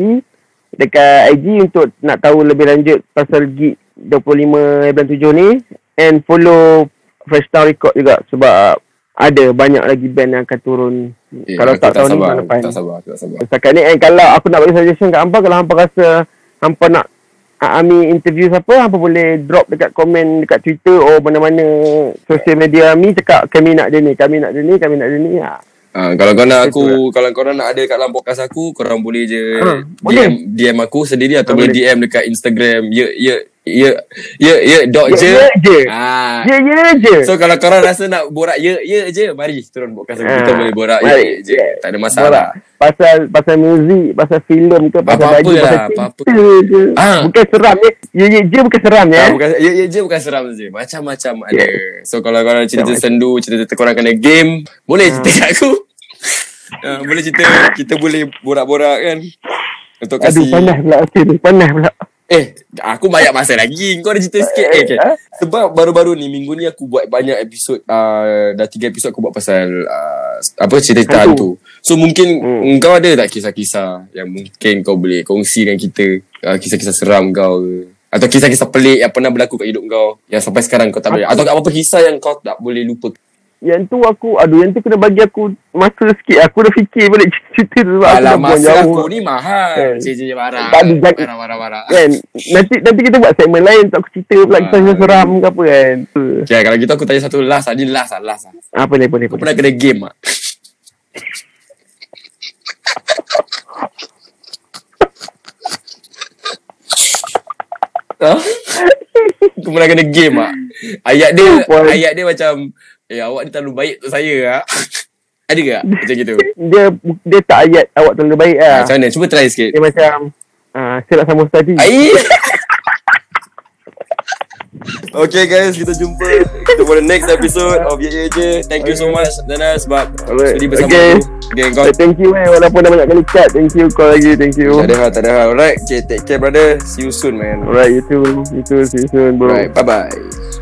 Speaker 3: dekat IG untuk nak tahu lebih lanjut pasal gig 25 bulan 7 ni and follow Fresh Town Record juga sebab ada banyak lagi band yang akan turun
Speaker 1: Eh,
Speaker 3: kalau
Speaker 1: aku
Speaker 3: tak tahun ni
Speaker 1: sabar,
Speaker 3: tahun
Speaker 1: aku
Speaker 3: depan
Speaker 1: Tak sabar, aku tak sabar.
Speaker 3: setakat ni and kalau aku nak bagi suggestion kat hampa kalau hampa rasa hampa nak ah, Ami interview siapa hampa boleh drop dekat komen dekat Twitter or mana-mana social media Ami cakap kami nak dia ni kami nak dia ni kami nak dia ni ha.
Speaker 1: Ah, kalau kau nak
Speaker 3: Betul
Speaker 1: aku kalau kau nak ada kat dalam podcast aku, korang boleh je
Speaker 3: Ah, boleh.
Speaker 1: DM DM aku sendiri atau
Speaker 3: Ah,
Speaker 1: boleh
Speaker 3: boleh.
Speaker 1: DM dekat Instagram ye ye ye ye ye dot
Speaker 3: Ye,
Speaker 1: Oh, je.
Speaker 3: ye Ya, je.
Speaker 1: Ah.
Speaker 3: Ya ya je
Speaker 1: So kalau korang rasa nak borak ye ye je, mari turun podcast aku.
Speaker 3: Ah,
Speaker 1: Kita boleh borak ye
Speaker 3: mari.
Speaker 1: ye je. Tak ada masalah.
Speaker 3: Borak. pasal pasal muzik pasal filem ke pasal
Speaker 1: Apa-apa
Speaker 3: baju
Speaker 1: lah,
Speaker 3: pasal
Speaker 1: apa-apa.
Speaker 3: cerita je.
Speaker 1: Ah.
Speaker 3: bukan seram ni ya ya je bukan seram ya
Speaker 1: Ah, bukan ya, ya je bukan seram je. Macam-macam ada. So kalau korang cerita
Speaker 3: Macam-macam. Hmm.
Speaker 1: sendu, cerita korang kena game, boleh cerita kat aku. Ah, boleh cerita kita boleh borak-borak kan. Untuk
Speaker 3: aduh
Speaker 1: kasih
Speaker 3: panas pula okey ni panas pula
Speaker 1: Eh, aku banyak masa lagi. Kau ada cerita sikit. Eh, okay. Sebab baru-baru ni, minggu ni aku buat banyak episod. Uh, dah tiga episod aku buat pasal uh, apa cerita hantu.
Speaker 3: Hantu.
Speaker 1: So, mungkin hmm.
Speaker 3: Hmm.
Speaker 1: kau ada tak kisah-kisah yang mungkin kau boleh kongsi dengan kita? Uh, kisah-kisah seram kau ke? Atau kisah-kisah pelik yang pernah berlaku kat hidup kau yang sampai sekarang kau tak boleh. Atau apa-apa kisah yang kau tak boleh lupa.
Speaker 3: Yang tu aku Aduh yang tu kena bagi aku Masa sikit Aku dah fikir balik cerita tu sebab
Speaker 1: Alah,
Speaker 3: aku dah buang
Speaker 1: masa aku ni mahal.
Speaker 3: Kan.
Speaker 1: Cik-cik marah.
Speaker 3: Tak ada jadi-
Speaker 1: Marah, marah, marah.
Speaker 3: Kan Nanti nanti kita buat segmen lain Untuk aku cerita pula Kita
Speaker 1: Ah.
Speaker 3: seram ke apa kan Tu.
Speaker 1: Okay, kalau gitu aku tanya satu last. Ini last lah, last lah.
Speaker 3: Apa ni boleh
Speaker 1: Kau
Speaker 3: boleh
Speaker 1: pernah kena game tak? Ha? Kau pernah kena game tak? Ayat dia
Speaker 3: Wah.
Speaker 1: Ayat dia macam Eh awak ni terlalu baik untuk saya lah Ada ke tak? Macam gitu
Speaker 3: Dia Dia tak ayat Awak terlalu baik lah
Speaker 1: Macam mana? Cuba try sikit
Speaker 3: Dia macam Ah, saya nak sambung tadi.
Speaker 1: Air Okay guys Kita jumpa Kita for the next episode Of Ye Ye Je Thank you so much Nana sebab
Speaker 3: Alright.
Speaker 1: Sudi bersama
Speaker 3: Okay.
Speaker 1: aku Okay kau
Speaker 3: Eh, Thank you eh Walaupun dah banyak kali cut Thank you kau lagi Thank you
Speaker 1: Tak ada hal, tak ada hal. Alright, okay, take care brother. See you soon man.
Speaker 3: Alright you too You too see you soon bro
Speaker 1: Alright, bye-bye.